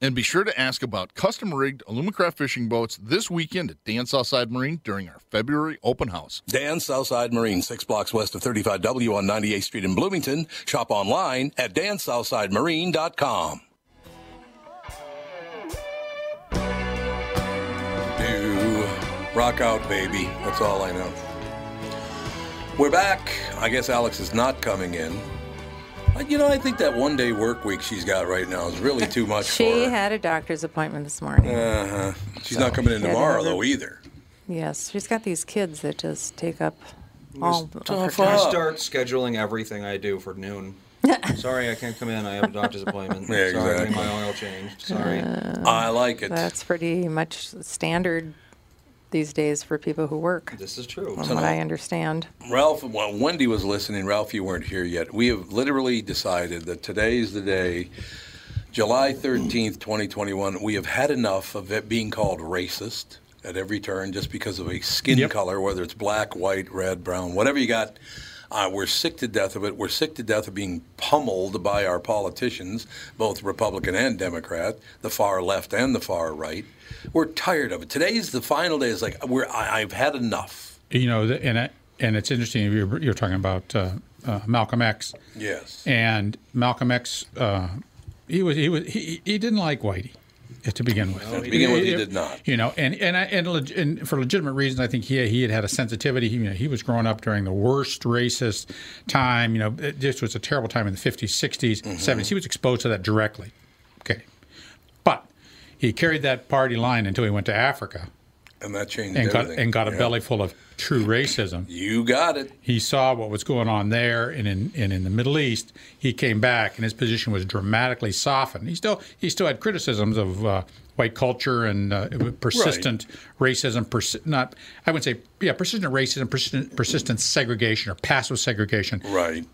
Speaker 8: And be sure to ask about custom rigged Alumacraft fishing boats this weekend at Dan Southside Marine during our February open house.
Speaker 1: Dan Southside Marine, six blocks west of 35W on 98th Street in Bloomington. Shop online at dansouthsidemarine.com. Do rock out, baby. That's all I know. We're back. I guess Alex is not coming in. I- You know, I think that one day work week she's got right now is really too much for
Speaker 2: She
Speaker 1: her.
Speaker 2: had a doctor's appointment this morning.
Speaker 1: uh-huh. She's not coming in
Speaker 2: Yeah,
Speaker 1: tomorrow,
Speaker 2: another-
Speaker 1: though, either.
Speaker 2: Yes, she's got these kids that just take up all of
Speaker 1: tough
Speaker 2: her
Speaker 1: up.
Speaker 3: I
Speaker 2: time.
Speaker 3: start scheduling everything I do for noon. Sorry, I can't come in. I have a doctor's appointment.
Speaker 1: Yeah,
Speaker 3: Sorry, I need
Speaker 1: exactly. Uh,
Speaker 3: my oil changed. Sorry.
Speaker 2: Oh,
Speaker 1: I like it.
Speaker 2: That's pretty much standard these days for people who work,
Speaker 3: this is true.
Speaker 2: from what I understand.
Speaker 1: Ralph, while Wendy was listening, Ralph, you weren't here yet. We have literally decided that today's the day, July 13th, 2021. We have had enough of it being called racist at every turn just because of a skin color, whether it's black, white, red, brown, whatever you got. Uh, we're sick to death of it. We're sick to death of being pummeled by our politicians, both Republican and Democrat, the far left and the far right. We're tired of it. Today's the final day. It's like we're, I, I've had enough.
Speaker 7: You know, the- and I, and it's interesting. You're, you're talking about uh, uh, Malcolm X,
Speaker 1: Yes.
Speaker 7: and Malcolm X, uh, he was he was he, he didn't like Whitey to begin with.
Speaker 1: To begin with, he did not.
Speaker 7: You know, and and I, and, leg, and for legitimate reasons, I think he he had had a sensitivity. He, you know, he was growing up during the worst racist time. You know, it just was a terrible time in the 50s, 60s, 70s. He was exposed to that directly. Okay. But he carried that party line until he went to Africa
Speaker 1: And that changed
Speaker 7: and got,
Speaker 1: everything.
Speaker 7: and got a
Speaker 1: Yeah.
Speaker 7: belly full of true racism.
Speaker 1: You got it.
Speaker 7: He saw what was going on there and in, and in the Middle East. He came back and his position was dramatically softened. He still he still had criticisms of uh, white culture and uh, persistent racism, persi- not I would say yeah persistent racism, persistent, persistent segregation or passive segregation
Speaker 1: Right.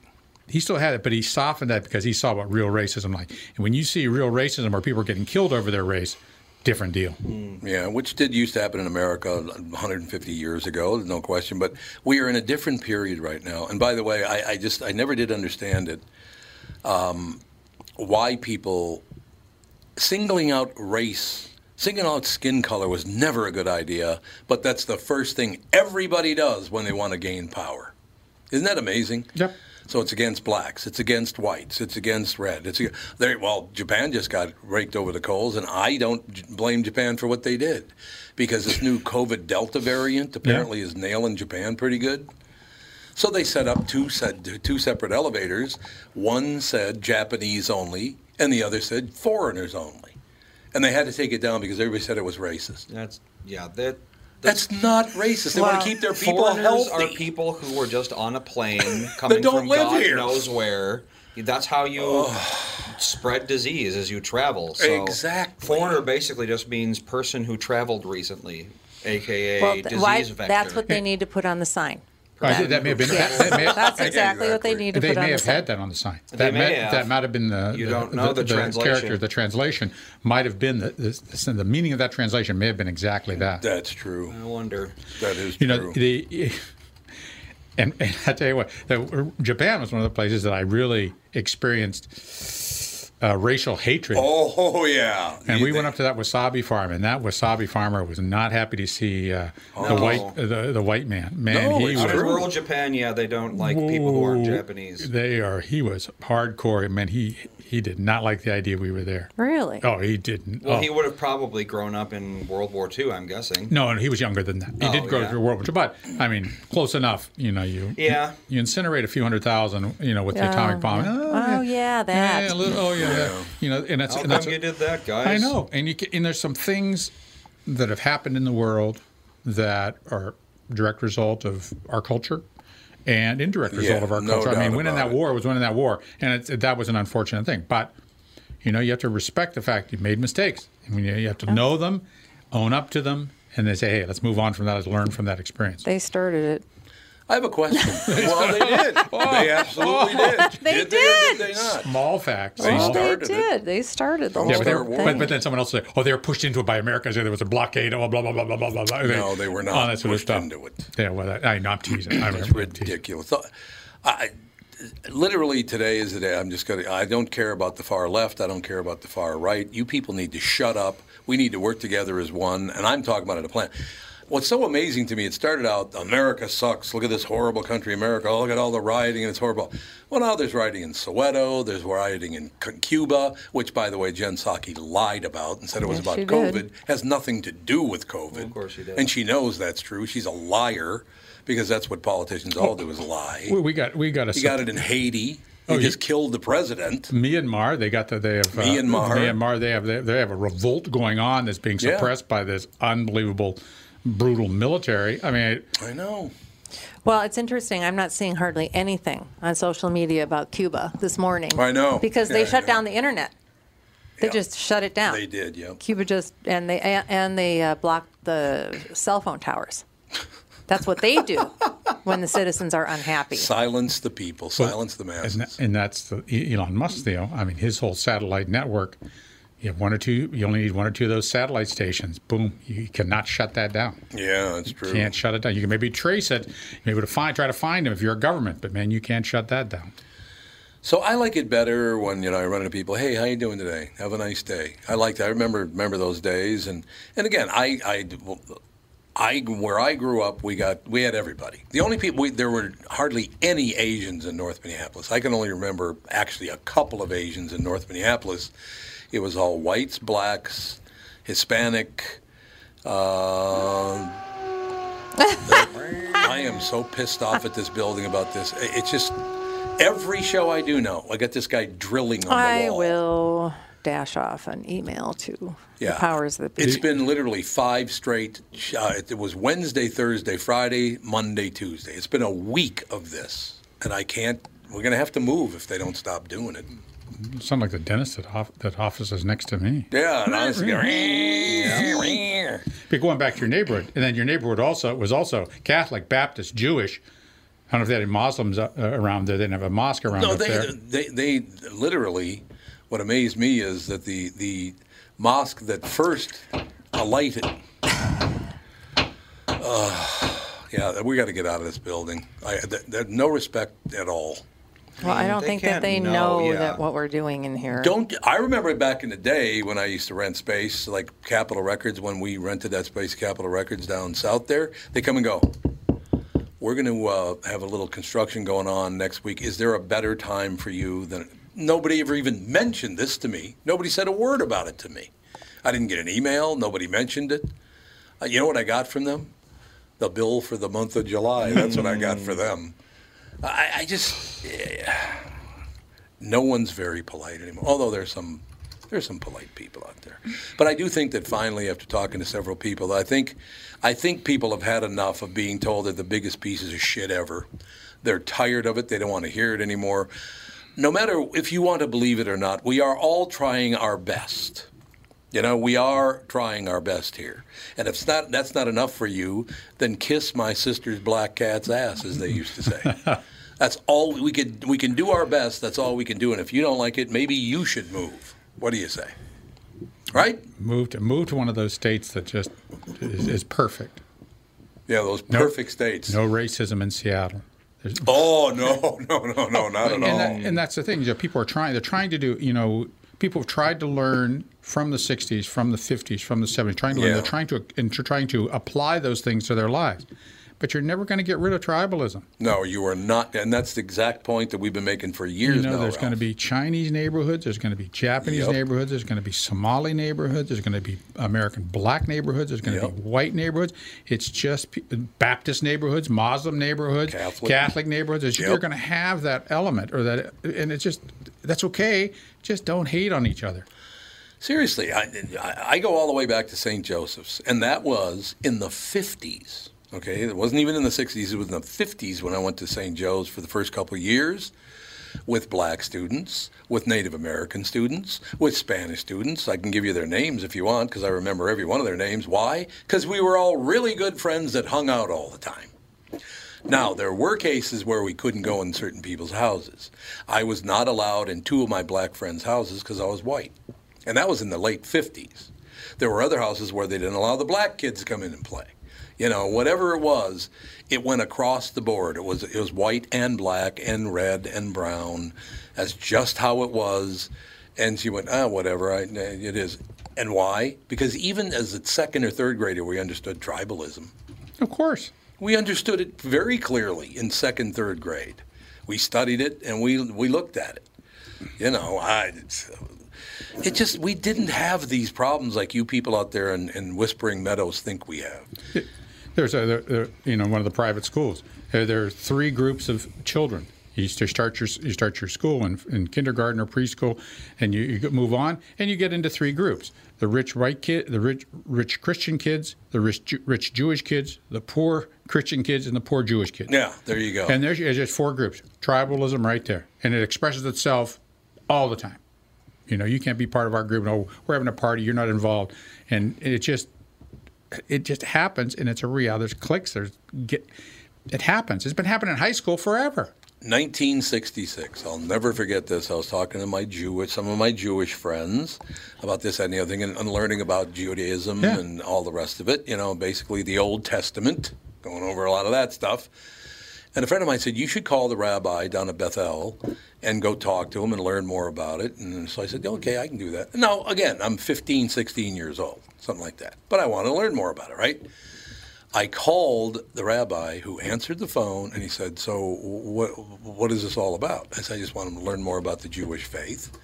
Speaker 7: he still had it, but he softened that because he saw what real racism like. And when you see real racism where people are getting killed over their race, different deal.
Speaker 1: Yeah, which did used to happen in America 150 years ago, there's no question. But we are in a different period right now. And by the way, I, I just I never did understand it um, why people singling out race, singling out skin color was never a good idea. But that's the first thing everybody does when they want to gain power. Isn't that amazing?
Speaker 7: Yep.
Speaker 1: So it's against blacks, it's against whites, it's against red. It's ag- they, well, Japan just got raked over the coals, and I don't j- blame Japan for what they did, because this new COVID Delta variant apparently is nailing Japan pretty good. So they set up two said two separate elevators. One said Japanese only, and the other said foreigners only, and they had to take it down because everybody said it was racist.
Speaker 3: That's yeah. That
Speaker 1: that's not racist. They want to keep their people
Speaker 3: foreigners
Speaker 1: healthy.
Speaker 3: are people who were just on a plane coming
Speaker 1: don't
Speaker 3: from
Speaker 1: live
Speaker 3: God
Speaker 1: here.
Speaker 3: knows where. That's how you spread disease as you travel. So
Speaker 1: Exactly.
Speaker 3: Foreigner basically just means person who traveled recently, aka
Speaker 2: Well, th-
Speaker 3: disease
Speaker 2: why,
Speaker 3: vector.
Speaker 2: that's what they need to put on the sign.
Speaker 7: Right, that, may have been
Speaker 2: Yes,
Speaker 7: that may have-
Speaker 2: that's exactly what they need to
Speaker 7: they
Speaker 2: put on
Speaker 7: may
Speaker 2: the
Speaker 7: have
Speaker 2: sign.
Speaker 7: had that on the sign.
Speaker 3: They
Speaker 7: That
Speaker 3: may
Speaker 7: might,
Speaker 3: have.
Speaker 7: that might have been the
Speaker 3: You don't know the translation.
Speaker 7: character. The translation might have been the, the, the meaning of that translation may have been exactly that.
Speaker 1: That's true.
Speaker 3: I wonder.
Speaker 1: That is
Speaker 7: you know
Speaker 1: true.
Speaker 7: the and, and I tell you what, the, Japan was one of the places that I really experienced uh, racial hatred.
Speaker 1: oh yeah.
Speaker 7: And
Speaker 1: You
Speaker 7: we went
Speaker 1: think-
Speaker 7: up to that wasabi farm, and that wasabi farmer was not happy to see uh, the
Speaker 3: No.
Speaker 7: white the, the white man. Man,
Speaker 1: No,
Speaker 7: he
Speaker 1: it's
Speaker 7: was
Speaker 3: Out in
Speaker 1: true.
Speaker 3: rural Japan, yeah, they don't like people who aren't Japanese.
Speaker 7: They are. He was hardcore. I mean, he he did not like the idea we were there.
Speaker 2: Really?
Speaker 7: Oh, he didn't.
Speaker 3: Well,
Speaker 7: oh.
Speaker 3: he would have probably grown up in World War II, I'm guessing.
Speaker 7: no, and he was younger than that. He
Speaker 3: Oh,
Speaker 7: did grow
Speaker 3: yeah.
Speaker 7: through World War II, but I mean, close enough. You know, you
Speaker 3: Yeah.
Speaker 7: you incinerate a few hundred thousand. You know, with the
Speaker 2: Yeah.
Speaker 7: atomic bomb.
Speaker 2: Oh, yeah, that.
Speaker 7: Yeah, a little- oh yeah, yeah. You know, and that's
Speaker 3: How
Speaker 7: and that's
Speaker 3: come you did that, guys?
Speaker 7: I know, and you ca and there's some things that have happened in the world that are direct result of our culture and indirect result
Speaker 1: Yeah,
Speaker 7: of our
Speaker 1: no
Speaker 7: culture. I mean,
Speaker 1: doubt
Speaker 7: winning
Speaker 1: about
Speaker 7: that
Speaker 1: it.
Speaker 7: war was winning that war, and it, that was an unfortunate thing. But you know, you have to respect the fact you made mistakes. I mean, you you have to know them, own up to them, and then say, "Hey, let's move on from that. Let's learn from that experience."
Speaker 2: They started it.
Speaker 1: I have a question. well, they did. They
Speaker 7: Oh.
Speaker 1: absolutely did.
Speaker 2: They
Speaker 1: They, or
Speaker 2: did.
Speaker 1: did they not?
Speaker 7: Small facts.
Speaker 1: They
Speaker 7: small
Speaker 2: Well, Oh, they
Speaker 1: started it.
Speaker 2: did. They started the
Speaker 1: Yeah,
Speaker 2: whole
Speaker 7: Yeah, but, they
Speaker 1: Star
Speaker 7: were,
Speaker 2: thing.
Speaker 1: Wars.
Speaker 7: but, but then someone else said, "Oh, they were pushed into it by Americans. There was a blockade. Oh, blah blah blah blah blah blah." blah.
Speaker 1: No, they were not
Speaker 7: All that sort of
Speaker 1: pushed
Speaker 7: stuff.
Speaker 1: into it.
Speaker 7: Yeah, well, that, I know I'm teasing. I
Speaker 1: It's
Speaker 7: remember I'm teasing.
Speaker 1: ridiculous. So, I, literally today is the day. I'm just gonna. I don't care about the far left. I don't care about the far right. You people need to shut up. We need to work together as one. And I'm talking about it, a plan. What's so amazing to me? It started out America sucks. Look at this horrible country, America. Oh, look at all the rioting and it's horrible. Well, now there's rioting in Soweto. There's rioting in C- Cuba, which, by the way, Jen Psaki lied about and said it was
Speaker 2: Yes,
Speaker 1: about
Speaker 2: she
Speaker 1: COVID.
Speaker 2: did.
Speaker 1: Has nothing to do with COVID.
Speaker 3: Of course she did.
Speaker 1: And she knows that's true. She's a liar because that's what politicians all do is lie.
Speaker 7: We, we got we got a
Speaker 1: He got it in Haiti. He
Speaker 7: Oh, you-
Speaker 1: just killed the president.
Speaker 7: Myanmar. They got the they have uh,
Speaker 1: Myanmar.
Speaker 7: Myanmar. They have they, they have a revolt going on that's being
Speaker 1: Yeah.
Speaker 7: suppressed by this unbelievable, brutal military. I mean, it-
Speaker 1: I know.
Speaker 2: Well, it's interesting. I'm not seeing hardly anything on social media about Cuba this morning.
Speaker 1: I know.
Speaker 2: Because they
Speaker 1: Yeah, I
Speaker 2: shut
Speaker 1: know.
Speaker 2: down the internet. They
Speaker 1: Yeah.
Speaker 2: just shut it down.
Speaker 1: They did, yeah.
Speaker 2: Cuba just and they and they uh, blocked the cell phone towers. That's what they do when the citizens are unhappy.
Speaker 1: Silence the people. Silence the
Speaker 7: and,
Speaker 1: masses.
Speaker 7: that- and that's the E- Elon Musk deal. I mean, his whole satellite network. You have one or two. You only need one or two of those satellite stations. Boom! You cannot shut that down.
Speaker 1: yeah, that's true.
Speaker 7: can't shut it down. You can maybe trace it, you're able to find, try to find them if you're a government, but man, you can't shut that down.
Speaker 1: So I like it better when you know I run into people. Hey, how you doing today? Have a nice day. I like that. I remember remember those days. And and again, I I, I where I grew up, we got we had everybody. The only people we, there were hardly any Asians in North Minneapolis. I can only remember actually a couple of Asians in North Minneapolis. It was all whites, blacks, Hispanic. Uh, I am so pissed off at this building about this. I- It's just every show I do now, I got this guy drilling on the
Speaker 2: I
Speaker 1: wall.
Speaker 2: will dash off an email to
Speaker 1: Yeah.
Speaker 2: the powers that be.
Speaker 1: It's been literally five straight. sh- Uh, it was Wednesday, Thursday, Friday, Monday, Tuesday. It's been a week of this, and I can't. We're gonna have to move if they don't stop doing it.
Speaker 7: Sound like the dentist that, off, that office is next to me.
Speaker 1: Yeah, and honestly, yeah.
Speaker 7: But going back to your neighborhood, and then your neighborhood also was also Catholic, Baptist, Jewish. I don't know if they had any Muslims uh, around there. They didn't have a mosque around
Speaker 1: No,
Speaker 7: up there.
Speaker 1: they, they they literally. What amazed me is that the the mosque that first alighted. Uh, yeah, we got to get out of this building. I, th- th- no respect at all.
Speaker 2: well, I don't
Speaker 1: They
Speaker 2: think that
Speaker 1: can't
Speaker 2: they know,
Speaker 1: know, yeah.
Speaker 2: that what we're doing in here.
Speaker 1: Don't I remember back in the day when I used to rent space, like Capitol Records, when we rented that space, Capitol Records down south there, they come and go. We're going to uh, have a little construction going on next week. Is there a better time for you than? Nobody ever even mentioned this to me. Nobody said a word about it to me. I didn't get an email. Nobody mentioned it. Uh, you know what I got from them? The bill for the month of July. That's what I got for them. I, I just. no one's very polite anymore. Although there's some there's some polite people out there, but I do think that finally, after talking to several people, I think I think people have had enough of being told they're the biggest pieces of shit ever. They're tired of it. They don't want to hear it anymore. No matter if you want to believe it or not, we are all trying our best. You know, we are trying our best here. And if it's not that's not enough for you, then kiss my sister's black cat's ass, as they used to say. that's all we could we can do our best, that's all we can do. And if you don't like it, maybe you should move. What do you say? Right?
Speaker 7: Moved to moved to one of those states that just is, is perfect.
Speaker 1: Yeah, those
Speaker 7: No-
Speaker 1: perfect states.
Speaker 7: No racism in Seattle.
Speaker 1: Oh no, no, no, no, not at
Speaker 7: and,
Speaker 1: all.
Speaker 7: that- and that's the thing. You know, people are trying. They're trying to do. You know, people have tried to learn from the '60s, from the '50s, from the '70s. Trying to learn.
Speaker 1: Yeah.
Speaker 7: They're trying to and they're trying to apply those things to their lives. But you're never going to get rid of tribalism.
Speaker 1: No, you are not and that's the exact point that we've been making for years
Speaker 7: You know,
Speaker 1: now.
Speaker 7: there's
Speaker 1: Ralph.
Speaker 7: going to be Chinese neighborhoods. There's going to be Japanese
Speaker 1: Yep.
Speaker 7: neighborhoods. There's going to be Somali neighborhoods. There's going to be American Black neighborhoods. There's going to be white neighborhoods. It's just pe- Baptist neighborhoods, Muslim neighborhoods, Catholic, neighborhoods. It's,
Speaker 1: Yep.
Speaker 7: You're going to have that element, or that, and it's just that's okay. Just don't hate on each other.
Speaker 1: Seriously, I, I- I go all the way back to St. Joseph's, and that was in the 50s. Okay, it wasn't even in the 60s, it was in the 50s when I went to St. Joe's for the first couple of years with black students, with Native American students, with Spanish students. I can give you their names if you want because I remember every one of their names. Why? Because we were all really good friends that hung out all the time. Now, there were cases where we couldn't go in certain people's houses. I was not allowed in two of my black friends' houses because I was white. And that was in the late 50s. There were other houses where they didn't allow the black kids to come in and play. You know, whatever it was, it went across the board. It was it was white and black and red and brown. That's just how it was. And she went, ah, whatever, I, it is. And why? Because even as a second or third grader, we understood tribalism.
Speaker 7: Of course.
Speaker 1: We understood it very clearly in second, third grade. We studied it and we we looked at it. You know, I. It's, it just we didn't have these problems like you people out there in, in Whispering Meadows think we have.
Speaker 7: There's a, there, there- you know, one of the private schools. There, there are three groups of children. You s- you start your you start your school in, in kindergarten or preschool, and you, you go- move on, and you get into three groups: the rich white kid, the rich rich Christian kids, the rich Ju- rich Jewish kids, the poor Christian kids, and the poor Jewish kids.
Speaker 1: Yeah, there you go.
Speaker 7: And there's, there's just four groups. Tribalism right there, and it expresses itself all the time. You know, you can't be part of our group. No, we're having a party. You're not involved, and it just it just happens, and it's a reality. There's clicks. There's get. It happens. It's been happening in high school forever.
Speaker 1: 1966. I'll never forget this. I was talking to my Jewish, some of my Jewish friends about this that, and the other thing, and, and learning about Judaism
Speaker 7: Yeah.
Speaker 1: and all the rest of it. You know, basically the Old Testament, going over a lot of that stuff. And a friend of mine said, You should call the rabbi down at Bethel and go talk to him and learn more about it. And so I said, Okay, I can do that. Now, again, I'm 15, 16 years old, something like that. But I want to learn more about it, right? I called the rabbi who answered the phone and he said, So, what, what is this all about? I said, I just want him to learn more about the Jewish faith.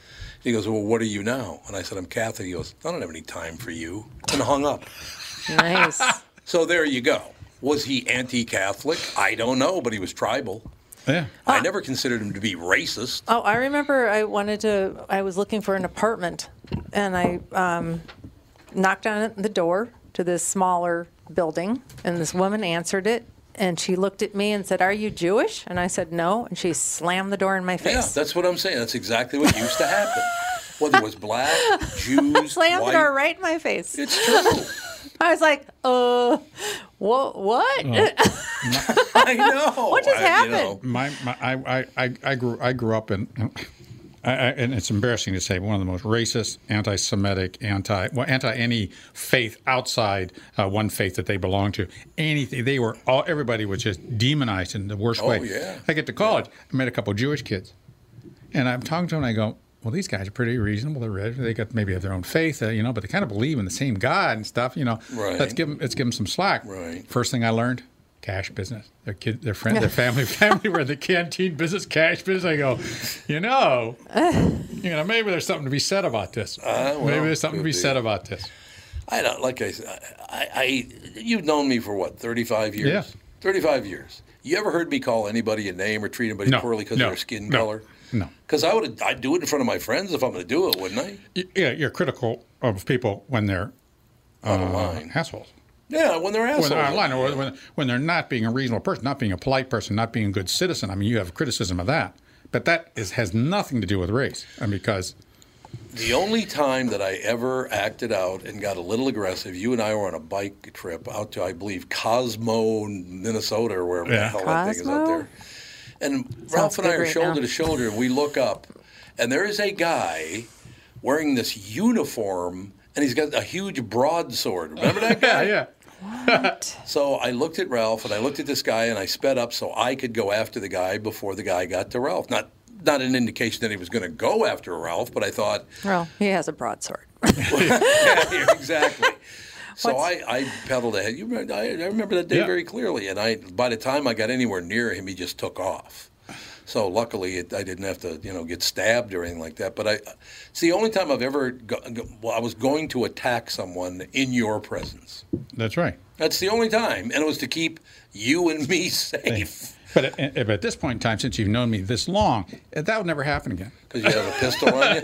Speaker 1: He goes, Well, what are you now? And I said, I'm Catholic. He goes, I don't have any time for you. And hung up.
Speaker 2: Nice.
Speaker 1: So there you go. Was he anti Catholic? I don't know, but he was tribal.
Speaker 7: Yeah.
Speaker 1: I never considered him to be racist.
Speaker 2: Ah. Oh, I remember I wanted to, I was looking for an apartment and I um, knocked on the door to this smaller building and this woman answered it and she looked at me and said, Are you Jewish? And I said, No. And she slammed the door in my
Speaker 1: Yeah,
Speaker 2: face.
Speaker 1: that's what I'm saying. That's exactly what used to happen. Whether it was black, Jews,
Speaker 2: slammed
Speaker 1: white.
Speaker 2: the door right in my face.
Speaker 1: It's true.
Speaker 2: I was like, Uh, wha- what?
Speaker 1: I know.
Speaker 2: What just
Speaker 1: I- you know,
Speaker 2: happened?
Speaker 7: my, my I, I- I, I grew I grew up in, I, I, and it's embarrassing to say one of the most racist, anti-Semitic, anti well, anti any faith outside uh, one faith that they belong to. Anything they were all everybody was just demonized in the worst way.
Speaker 1: Oh, yeah.
Speaker 7: I get to college, I met a couple of Jewish kids, and I'm talking to them. and I go. Well, these guys are pretty reasonable. They're re- they got maybe have their own faith, uh, you know, but they kind of believe in the same God and stuff, you know.
Speaker 1: Right.
Speaker 7: Let's give them let's give them some slack.
Speaker 1: Right.
Speaker 7: First thing I learned, cash business. Their kid, their friend, their family, family were in the canteen business, cash business. I go, you know, you know, maybe there's something to be said about this.
Speaker 1: Uh, well,
Speaker 7: maybe there's something to
Speaker 1: could
Speaker 7: be,
Speaker 1: be.
Speaker 7: said about this.
Speaker 1: I don't like I said. I, I you've known me for what 35 years.
Speaker 7: Yeah.
Speaker 1: 35 years. You ever heard me call anybody a name or treat anybody
Speaker 7: No,
Speaker 1: poorly because
Speaker 7: no,
Speaker 1: of their skin
Speaker 7: no,
Speaker 1: color?
Speaker 7: no.
Speaker 1: Because I would I'd do it in front of my friends if I'm going to do it, wouldn't I?
Speaker 7: Y- Yeah, you're critical of people when they're
Speaker 1: On the
Speaker 7: uh,
Speaker 1: line.
Speaker 7: assholes.
Speaker 1: Yeah, when they're assholes.
Speaker 7: When they're out of line, or when, when they're not being a reasonable person, not being a polite person, not being a good citizen. I mean, you have criticism of that, but that is has nothing to do with race. And because
Speaker 1: The only time that I ever acted out and got a little aggressive, you and I were on a bike trip out to, I believe, Cosmo, Minnesota, or wherever the
Speaker 7: Yeah.
Speaker 1: hell that thing is out
Speaker 2: Cosmo?
Speaker 1: there. And Ralph and I
Speaker 2: good
Speaker 1: are
Speaker 2: right
Speaker 1: shoulder
Speaker 2: now.
Speaker 1: to shoulder, and we look up, and there is a guy wearing this uniform, and he's got a huge broadsword. Remember that guy?
Speaker 7: yeah, yeah,
Speaker 1: So I looked at Ralph and I looked at this guy and I sped up so I could go after the guy before the guy got to Ralph. Not not an indication that he was going to go after Ralph, but I thought,
Speaker 2: well, he has a broadsword.
Speaker 1: yeah, exactly. So I,
Speaker 2: What's-
Speaker 1: I pedaled ahead. You remember, I, I remember that day
Speaker 7: Yeah.
Speaker 1: very clearly. And I, by the time I got anywhere near him, he just took off. So luckily, it, I didn't have to, you know, get stabbed or anything like that. But I, it's the only time I've ever, go, go- well, I was going to attack someone in your presence.
Speaker 7: that's right.
Speaker 1: That's the only time, and it was to keep you and me safe
Speaker 7: But at, at- but at this point in time, since you've known me this long, that would never happen again.
Speaker 1: because you have a pistol on you.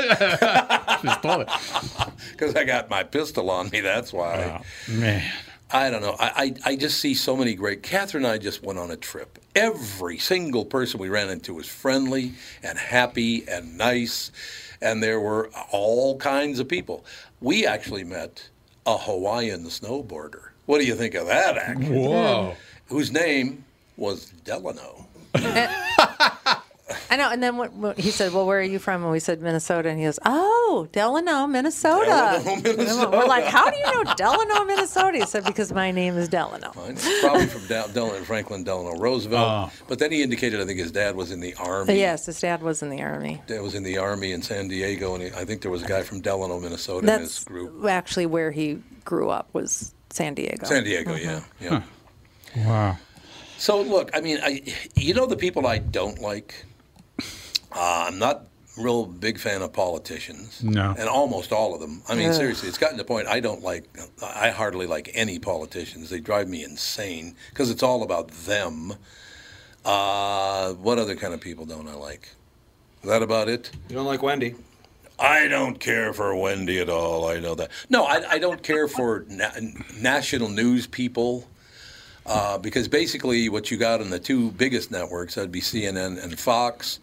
Speaker 7: Just love it.
Speaker 1: Because I got my pistol on me. That's why.
Speaker 7: Oh, man.
Speaker 1: I don't know. I, I, I just see so many great. Catherine and I just went on a trip. Every single person we ran into was friendly and happy and nice, and there were all kinds of people. We actually met a Hawaiian snowboarder. What do you think of that act?
Speaker 7: Whoa.
Speaker 1: Whose name was Delano.
Speaker 2: I know. And then what, what, he said, "Well, where are you from?" And we said Minnesota, and he goes, "Oh, Delano, Minnesota."
Speaker 1: Delano,
Speaker 2: And we're- We're
Speaker 1: Minnesota.
Speaker 2: like, "How do you know Delano, Minnesota?" He said, "Because my name is Delano."
Speaker 1: I know, Probably from Del- Delano, Franklin Delano Roosevelt. But then he indicated, I think his dad was in the
Speaker 2: But
Speaker 1: army.
Speaker 2: yes, his dad was in the army.
Speaker 1: That was in the army in San Diego, and he, I think there was a guy from Delano, Minnesota, in his
Speaker 2: That's
Speaker 1: group.
Speaker 2: actually where he grew up was San Diego.
Speaker 1: San Diego, yeah, yeah.
Speaker 7: Wow.
Speaker 1: So look, I mean, I, you know, the people I don't like. Uh, I'm not real big fan of politicians.
Speaker 7: No.
Speaker 1: and almost all of them. I mean, seriously, it's gotten to the point I don't like. I hardly like any politicians. They drive me insane because it's all about them. Uh, what other kind of people don't I like? Is that about it?
Speaker 3: You don't like Wendy.
Speaker 1: I don't care for Wendy at all. I know that. No, I, I don't care for na- national news people uh, because basically what you got on the two biggest networks, that'd be CNN and Fox.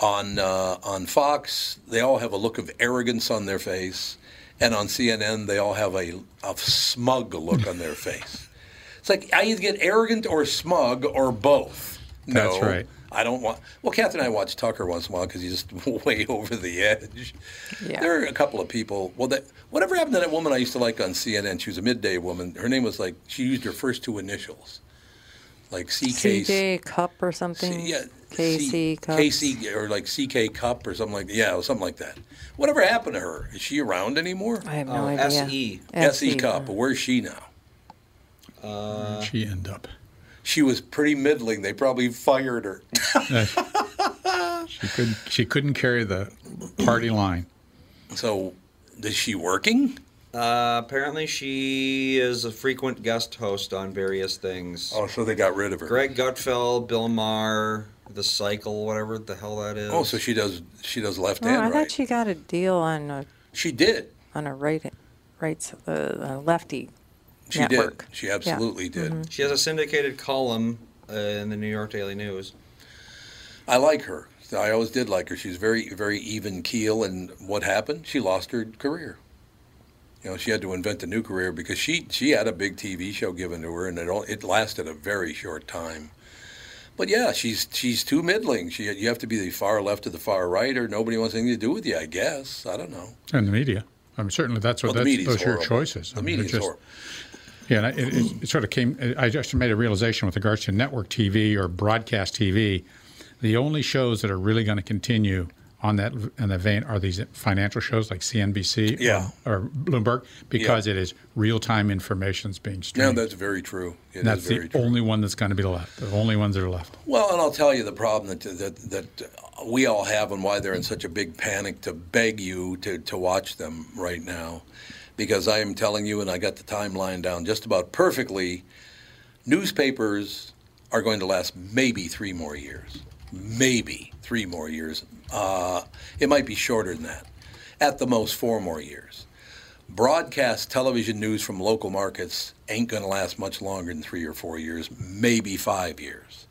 Speaker 1: On uh, on Fox, they all have a look of arrogance on their face, and on CNN, they all have a, a smug look on their face. It's like I either get arrogant or smug or both. No,
Speaker 7: That's right.
Speaker 1: I don't want. Well, Kath and I watch Tucker once in a while because he's just way over the edge.
Speaker 2: Yeah.
Speaker 1: There are a couple of people. Well, that whatever happened to that woman I used to like on CNN? She was a midday woman. Her name was like she used her first two initials, like CK.
Speaker 2: CJ Cup or something.
Speaker 1: Yeah,
Speaker 2: KC
Speaker 1: C-
Speaker 2: Cup.
Speaker 1: KC or like CK Cup or something like that. Yeah, something like that. Whatever happened to her? Is she around anymore?
Speaker 2: I have no
Speaker 3: Oh,
Speaker 2: idea. E. Oh,
Speaker 3: SE.
Speaker 1: SE E, Cup. Where's she now?
Speaker 7: Where'd Uh, she end up?
Speaker 1: She was pretty middling. They probably fired her.
Speaker 7: Uh, She couldn't. She couldn't carry the party line.
Speaker 1: So, is she working?
Speaker 3: Uh, apparently, she is a frequent guest host on various things.
Speaker 1: Oh, so they Oh, got rid of her.
Speaker 3: Greg Gutfeld, Bill Maher, the cycle, whatever the hell that is.
Speaker 1: Oh, so she does she does left
Speaker 2: Oh,
Speaker 1: and
Speaker 2: I
Speaker 1: right.
Speaker 2: thought she got a deal on a
Speaker 1: She did.
Speaker 2: on a right right uh, uh, lefty
Speaker 1: She
Speaker 2: network. Mm-hmm.
Speaker 1: did. She absolutely did.
Speaker 3: She has a syndicated column uh, in the New York Daily News.
Speaker 1: I like her. I always did like her. She's very very even keel. And what happened? She lost her career. You know, she had to invent a new career because she she had a big TV show given to her, and it all, it lasted a very short time. But yeah, she's she's too middling. She you have to be the far left or the far right, or nobody wants anything to do with you. I guess I don't know.
Speaker 7: And the media. I mean, certainly that's what
Speaker 1: Well, the
Speaker 7: that's,
Speaker 1: media's
Speaker 7: those are your
Speaker 1: horrible.
Speaker 7: choices. I
Speaker 1: The
Speaker 7: mean, they're
Speaker 1: media's horrible.
Speaker 7: Yeah, and I, it, it, it sort of came. I just made a realization with regards to network TV or broadcast TV. The only shows that are really going to continue on that in the vein are these financial shows like CNBC
Speaker 1: Yeah.
Speaker 7: or, or Bloomberg because it is real time information that's being
Speaker 1: No,
Speaker 7: streamed.
Speaker 1: that's very true. It is
Speaker 7: and that's
Speaker 1: very
Speaker 7: the
Speaker 1: true.
Speaker 7: only one that's going to be left. The only ones that are left.
Speaker 1: Well, and I'll tell you the problem that that that we all have and why they're in such a big panic to beg you to to watch them right now, because I am telling you, and I got the timeline down just about perfectly. Newspapers are going to last maybe three more years, maybe three more years. Uh, it might be shorter than that, at the most four more years. Broadcast television news from local markets ain't going to last much longer than three or four years, maybe five years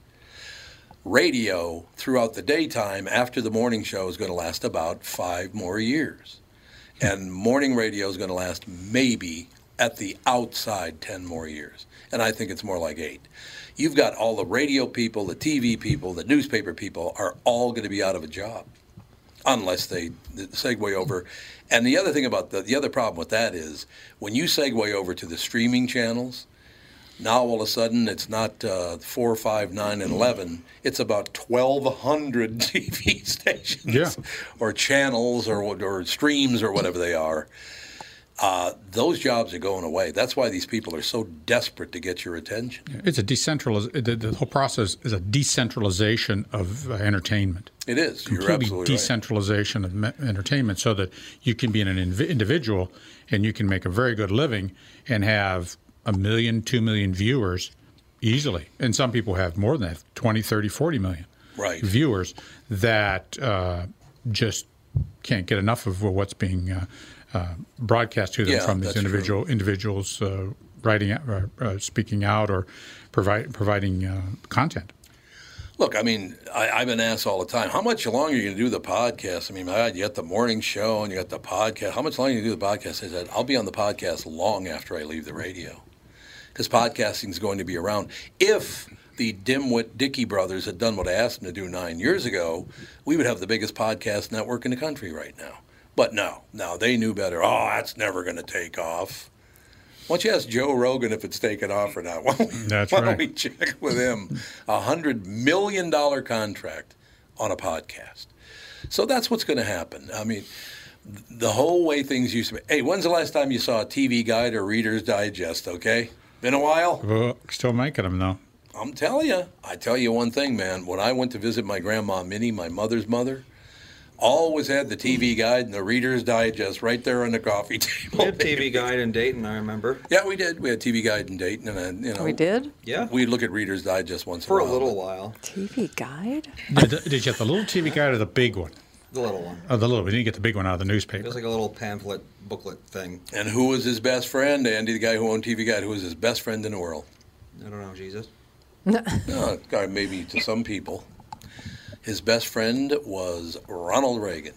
Speaker 1: radio throughout the daytime after the morning show is going to last about five more years. And morning radio is going to last maybe at the outside 10 more years. And I think it's more like eight. You've got all the radio people, the TV people, the newspaper people are all going to be out of a job unless they segue over. And the other thing about the, the other problem with that is when you segue over to the streaming channels, now all of a sudden it's not uh, four, five, nine, and eleven. It's about twelve hundred TV stations,
Speaker 7: Yeah.
Speaker 1: or channels, or or streams, or whatever they are. Uh, those jobs are going away. That's why these people are so desperate to get your attention.
Speaker 7: It's a decentralized. The, the whole process is a decentralization of uh, entertainment.
Speaker 1: It is. You're
Speaker 7: completely
Speaker 1: absolutely right.
Speaker 7: decentralization of me- entertainment so that you can be an inv- individual and you can make a very good living and have a million, two million viewers easily. And some people have more than that 20, 30, 40 million
Speaker 1: Right.
Speaker 7: viewers that uh, just can't get enough of what's being uh, uh, broadcast to them
Speaker 1: Yeah,
Speaker 7: from these
Speaker 1: that's true.
Speaker 7: individual individuals uh, writing, out- or, uh, speaking out, or provide, providing uh, content.
Speaker 1: Look, I mean, I, I've been asked all the time, how much longer are you going to do the podcast? I mean, my God, you got the morning show and you got the podcast. How much longer are you going to do the podcast? I said, I'll be on the podcast long after I leave the radio because podcasting is going to be around. If the dimwit Dickey brothers had done what I asked them to do nine years ago, we would have the biggest podcast network in the country right now. But no, no, they knew better. Oh, that's never going to take off. Why don't you ask Joe Rogan if it's taken off or not? Why don't we,
Speaker 7: That's
Speaker 1: why don't
Speaker 7: right.
Speaker 1: we check with him? A hundred million dollar contract on a podcast. So that's what's going to happen. I mean, th- the whole way things used to be. Hey, when's the last time you saw a TV guide or Reader's Digest? Okay, been a while.
Speaker 7: Well, still making them though.
Speaker 1: I'm telling you. I tell you one thing, man. When I went to visit my grandma Minnie, my mother's mother, always had the TV guide and the Reader's Digest right there on the coffee
Speaker 3: We
Speaker 1: table.
Speaker 3: had TV Guide in Dayton, I remember.
Speaker 1: Yeah, we did. We had TV Guide and Dayton, and uh, you know,
Speaker 2: We did
Speaker 3: Yeah,
Speaker 1: We'd look at Reader's Digest once
Speaker 3: for
Speaker 1: in a
Speaker 3: a
Speaker 1: while.
Speaker 3: little while.
Speaker 2: TV guide.
Speaker 7: Did, did you get the little TV guide or the big one?
Speaker 3: The little one.
Speaker 7: Oh, the little. We didn't get the big one out of the
Speaker 3: It
Speaker 7: newspaper.
Speaker 3: was like a little pamphlet booklet thing.
Speaker 1: And who was his best friend? Andy, the guy who owned TV Guide, who was his best friend in the world?
Speaker 3: I don't know, Jesus.
Speaker 1: Uh, or maybe to some people. His best friend was Ronald Reagan.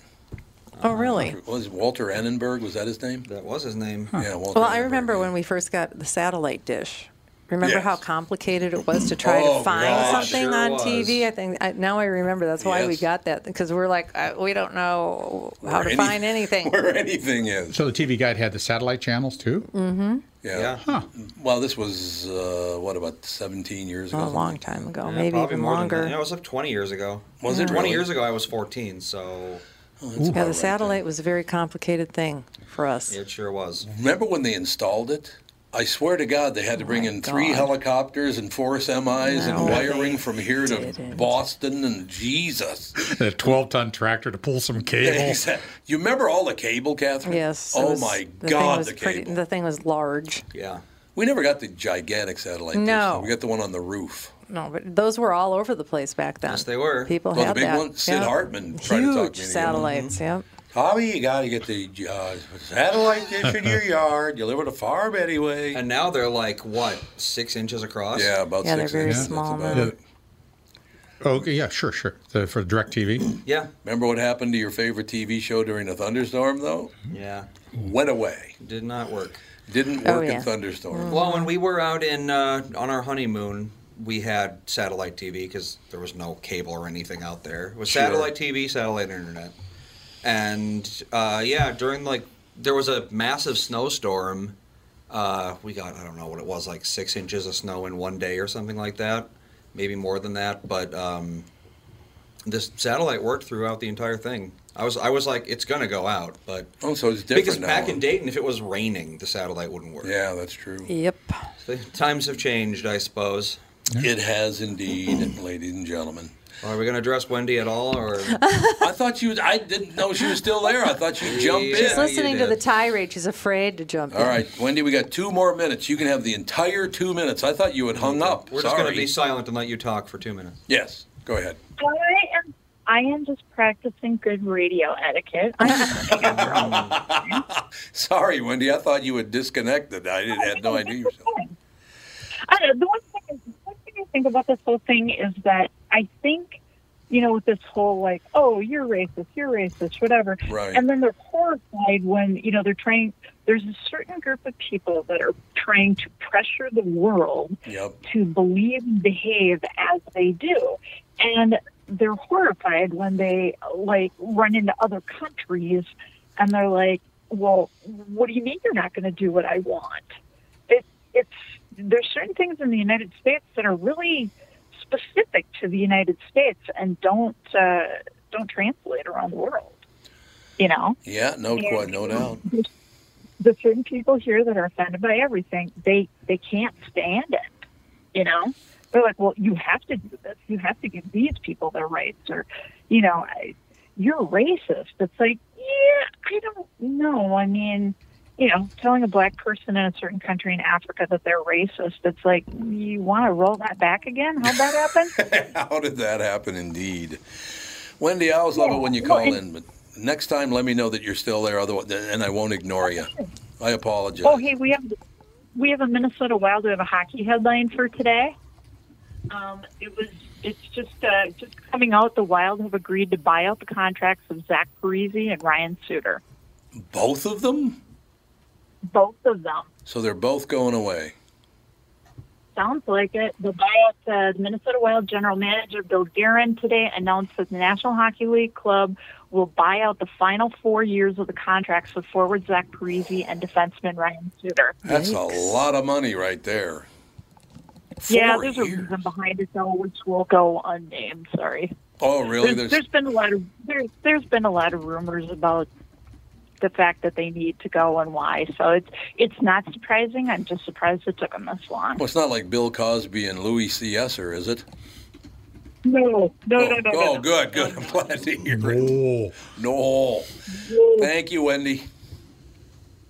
Speaker 2: Oh, really?
Speaker 1: Was Walter Annenberg? Was that his name?
Speaker 3: That was his name.
Speaker 1: Yeah, Walter.
Speaker 2: Well, I
Speaker 1: Annenberg,
Speaker 2: remember
Speaker 1: yeah.
Speaker 2: when we first got the satellite dish. Remember
Speaker 1: Yes.
Speaker 2: how complicated it was to try
Speaker 1: Oh,
Speaker 2: to find
Speaker 1: gosh.
Speaker 2: something
Speaker 3: Sure
Speaker 2: on
Speaker 3: was.
Speaker 2: TV? I think I, now I remember. That's why we
Speaker 1: Yes.
Speaker 2: got that because we're like uh, we don't know how
Speaker 1: Where
Speaker 2: to
Speaker 1: any-
Speaker 2: find anything.
Speaker 1: Where anything is.
Speaker 7: so the TV guide had the satellite channels too.
Speaker 3: Mm.
Speaker 1: Yeah.
Speaker 3: Yeah.
Speaker 1: Well, this was, uh, what, about 17 years ago?
Speaker 2: a Oh, long time ago,
Speaker 3: Yeah,
Speaker 2: maybe
Speaker 3: probably
Speaker 2: even
Speaker 3: more than that.
Speaker 2: longer.
Speaker 3: Yeah, it was like 20 years ago.
Speaker 1: Was it
Speaker 3: 20
Speaker 1: really?
Speaker 3: years ago, I was 14, so
Speaker 2: Yeah, the satellite was a very complicated thing for us.
Speaker 3: it sure was.
Speaker 1: Remember when they installed it? I swear to God, they had to bring
Speaker 2: Oh my
Speaker 1: in three
Speaker 2: God.
Speaker 1: helicopters and four semis
Speaker 2: No,
Speaker 1: and wiring
Speaker 2: they
Speaker 1: from here to
Speaker 2: didn't.
Speaker 1: Boston and Jesus.
Speaker 7: a twelve-ton tractor to pull some cables.
Speaker 1: Exact- You remember all the cable, Catherine?
Speaker 2: Yes. it
Speaker 1: Oh
Speaker 2: was-
Speaker 1: my
Speaker 2: the thing
Speaker 1: God,
Speaker 2: was
Speaker 1: the
Speaker 2: pretty-
Speaker 1: cable.
Speaker 2: the thing was large.
Speaker 3: Yeah.
Speaker 1: We never got the gigantic satellite. dish,
Speaker 2: No.
Speaker 1: though. we got the one on the roof.
Speaker 2: no, but those were all over the place back then.
Speaker 3: Yes, they were.
Speaker 2: People
Speaker 1: Well, the
Speaker 2: had
Speaker 1: big
Speaker 2: that.
Speaker 1: one, Sid
Speaker 2: Yeah.
Speaker 1: Hartman tried to talk me
Speaker 2: Huge
Speaker 1: into getting one.
Speaker 2: satellites. Yep.
Speaker 1: Tommy, you got to get the uh, satellite dish in your yard. You live in a farm anyway.
Speaker 3: And now they're like what six inches across?
Speaker 1: yeah, about
Speaker 2: Yeah, they're
Speaker 1: six
Speaker 2: very
Speaker 1: inches.
Speaker 2: small
Speaker 1: That's about
Speaker 2: now.
Speaker 1: it.
Speaker 7: Okay, yeah, sure, sure. The, for DirecTV.
Speaker 3: Yeah.
Speaker 1: Remember what happened to your favorite TV show during a thunderstorm, though?
Speaker 3: Yeah.
Speaker 1: Went away.
Speaker 3: Did not work.
Speaker 1: Didn't work
Speaker 2: Oh,
Speaker 1: in
Speaker 2: yeah.
Speaker 1: thunderstorms.
Speaker 3: Well, when we were out in uh, on our honeymoon, we had satellite TV because there was no cable or anything out there. It was
Speaker 1: Sure.
Speaker 3: satellite TV, satellite internet, and uh, yeah, during like there was a massive snowstorm. Uh, we got I don't know what it was like six inches of snow in one day or something like that, maybe more than that. But um, this satellite worked throughout the entire thing. I was I was like it's gonna go out, but
Speaker 1: Oh, so it's different
Speaker 3: because
Speaker 1: now.
Speaker 3: back in Dayton, if it was raining, the satellite wouldn't work.
Speaker 1: Yeah, that's true.
Speaker 2: Yep.
Speaker 3: The times have changed, I suppose.
Speaker 1: It has indeed, ladies and gentlemen.
Speaker 3: Are we going to dress Wendy at all, or
Speaker 1: I thought she was. I didn't know she was still there. I thought she'd jump in.
Speaker 3: She's
Speaker 2: She's
Speaker 3: Yeah, you
Speaker 2: listening to the
Speaker 3: did.
Speaker 2: tirade. She's afraid to jump
Speaker 1: All
Speaker 2: in.
Speaker 1: right, Wendy, we got two more minutes. You can have the entire two minutes. I thought you had hung up.
Speaker 3: we're just
Speaker 1: Sorry.
Speaker 3: going to be silent and let you talk for two minutes?
Speaker 1: Yes, go ahead.
Speaker 5: I am. I am just practicing good radio etiquette.
Speaker 1: Sorry, Wendy. I thought you had disconnected. I didn't, had no idea you were. still-
Speaker 5: I don't know, the one thing, the one thing I think about this whole thing is that I think, you know, with this whole like, oh, you're racist, you're racist, whatever,
Speaker 1: Right.
Speaker 5: and then they're horrified when you know they're trying. There's a certain group of people that are trying to pressure the world
Speaker 1: Yep.
Speaker 5: to believe and behave as they do. And they're horrified when they like run into other countries and they're like, well, what do you mean you're not going to do what I want? It, it's there's certain things in the United States that are really specific to the United States and don't uh, don't translate around the world. You know,
Speaker 1: Yeah, no,
Speaker 5: Yeah.
Speaker 1: quite, no doubt.
Speaker 5: the certain people here that are offended by everything, they they can't stand it. You know, they're like, well, you have to do this. You have to give these people their rights, or, you know, I, you're racist. It's like, yeah, I don't know. I mean, you know, telling a black person in a certain country in Africa that they're racist, it's like, you want to roll that back again? How'd that happen?
Speaker 1: How did that happen, indeed? Wendy, I always love it when you call
Speaker 5: Well, and-
Speaker 1: in, but next time let me know that you're still there, otherwise, and I won't ignore you. I apologize.
Speaker 5: Oh, hey, we have we have a Minnesota Wild. We have a hockey headline for today. Um, it was it's just uh, just coming out. The Wild have agreed to buy out the contracts of Zach Parisi and Ryan Suter,
Speaker 1: Both of them?
Speaker 5: both of them.
Speaker 1: So they're both going away.
Speaker 5: Sounds like it. The buyout, uh, the Minnesota Wild general manager Bill Guerin today announced that the National Hockey League club will buy out the final four years of the contracts with forward Zach Parisi and defenseman Ryan Suter.
Speaker 1: That's a
Speaker 2: Yikes.
Speaker 1: lot of money right there.
Speaker 5: yeah,
Speaker 1: Four
Speaker 5: there's a
Speaker 1: years.
Speaker 5: reason behind it though, which will go unnamed. Sorry.
Speaker 1: Oh, really?
Speaker 5: there's,
Speaker 1: There's,
Speaker 5: there's been a lot of there's there's been a lot of rumors about the fact that they need to go and why. So it's it's not surprising. I'm just surprised it took them this long.
Speaker 1: well, it's not like Bill Cosby and Louis C. Esser, is it?
Speaker 5: No, no,
Speaker 1: oh,
Speaker 5: no, no.
Speaker 1: oh,
Speaker 5: no.
Speaker 1: good, good. I'm glad to hear it.
Speaker 7: Oh,
Speaker 1: No.
Speaker 5: No.
Speaker 1: Thank you, Wendy.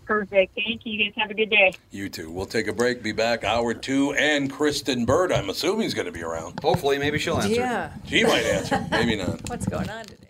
Speaker 5: Perfect. Thank you. You guys have a good day.
Speaker 1: You too. We'll take a break, be back hour two, and Kristen Bird, I'm assuming, is going to be around.
Speaker 3: Hopefully, maybe she'll answer.
Speaker 2: Yeah.
Speaker 1: She might answer, maybe not.
Speaker 2: What's going on today?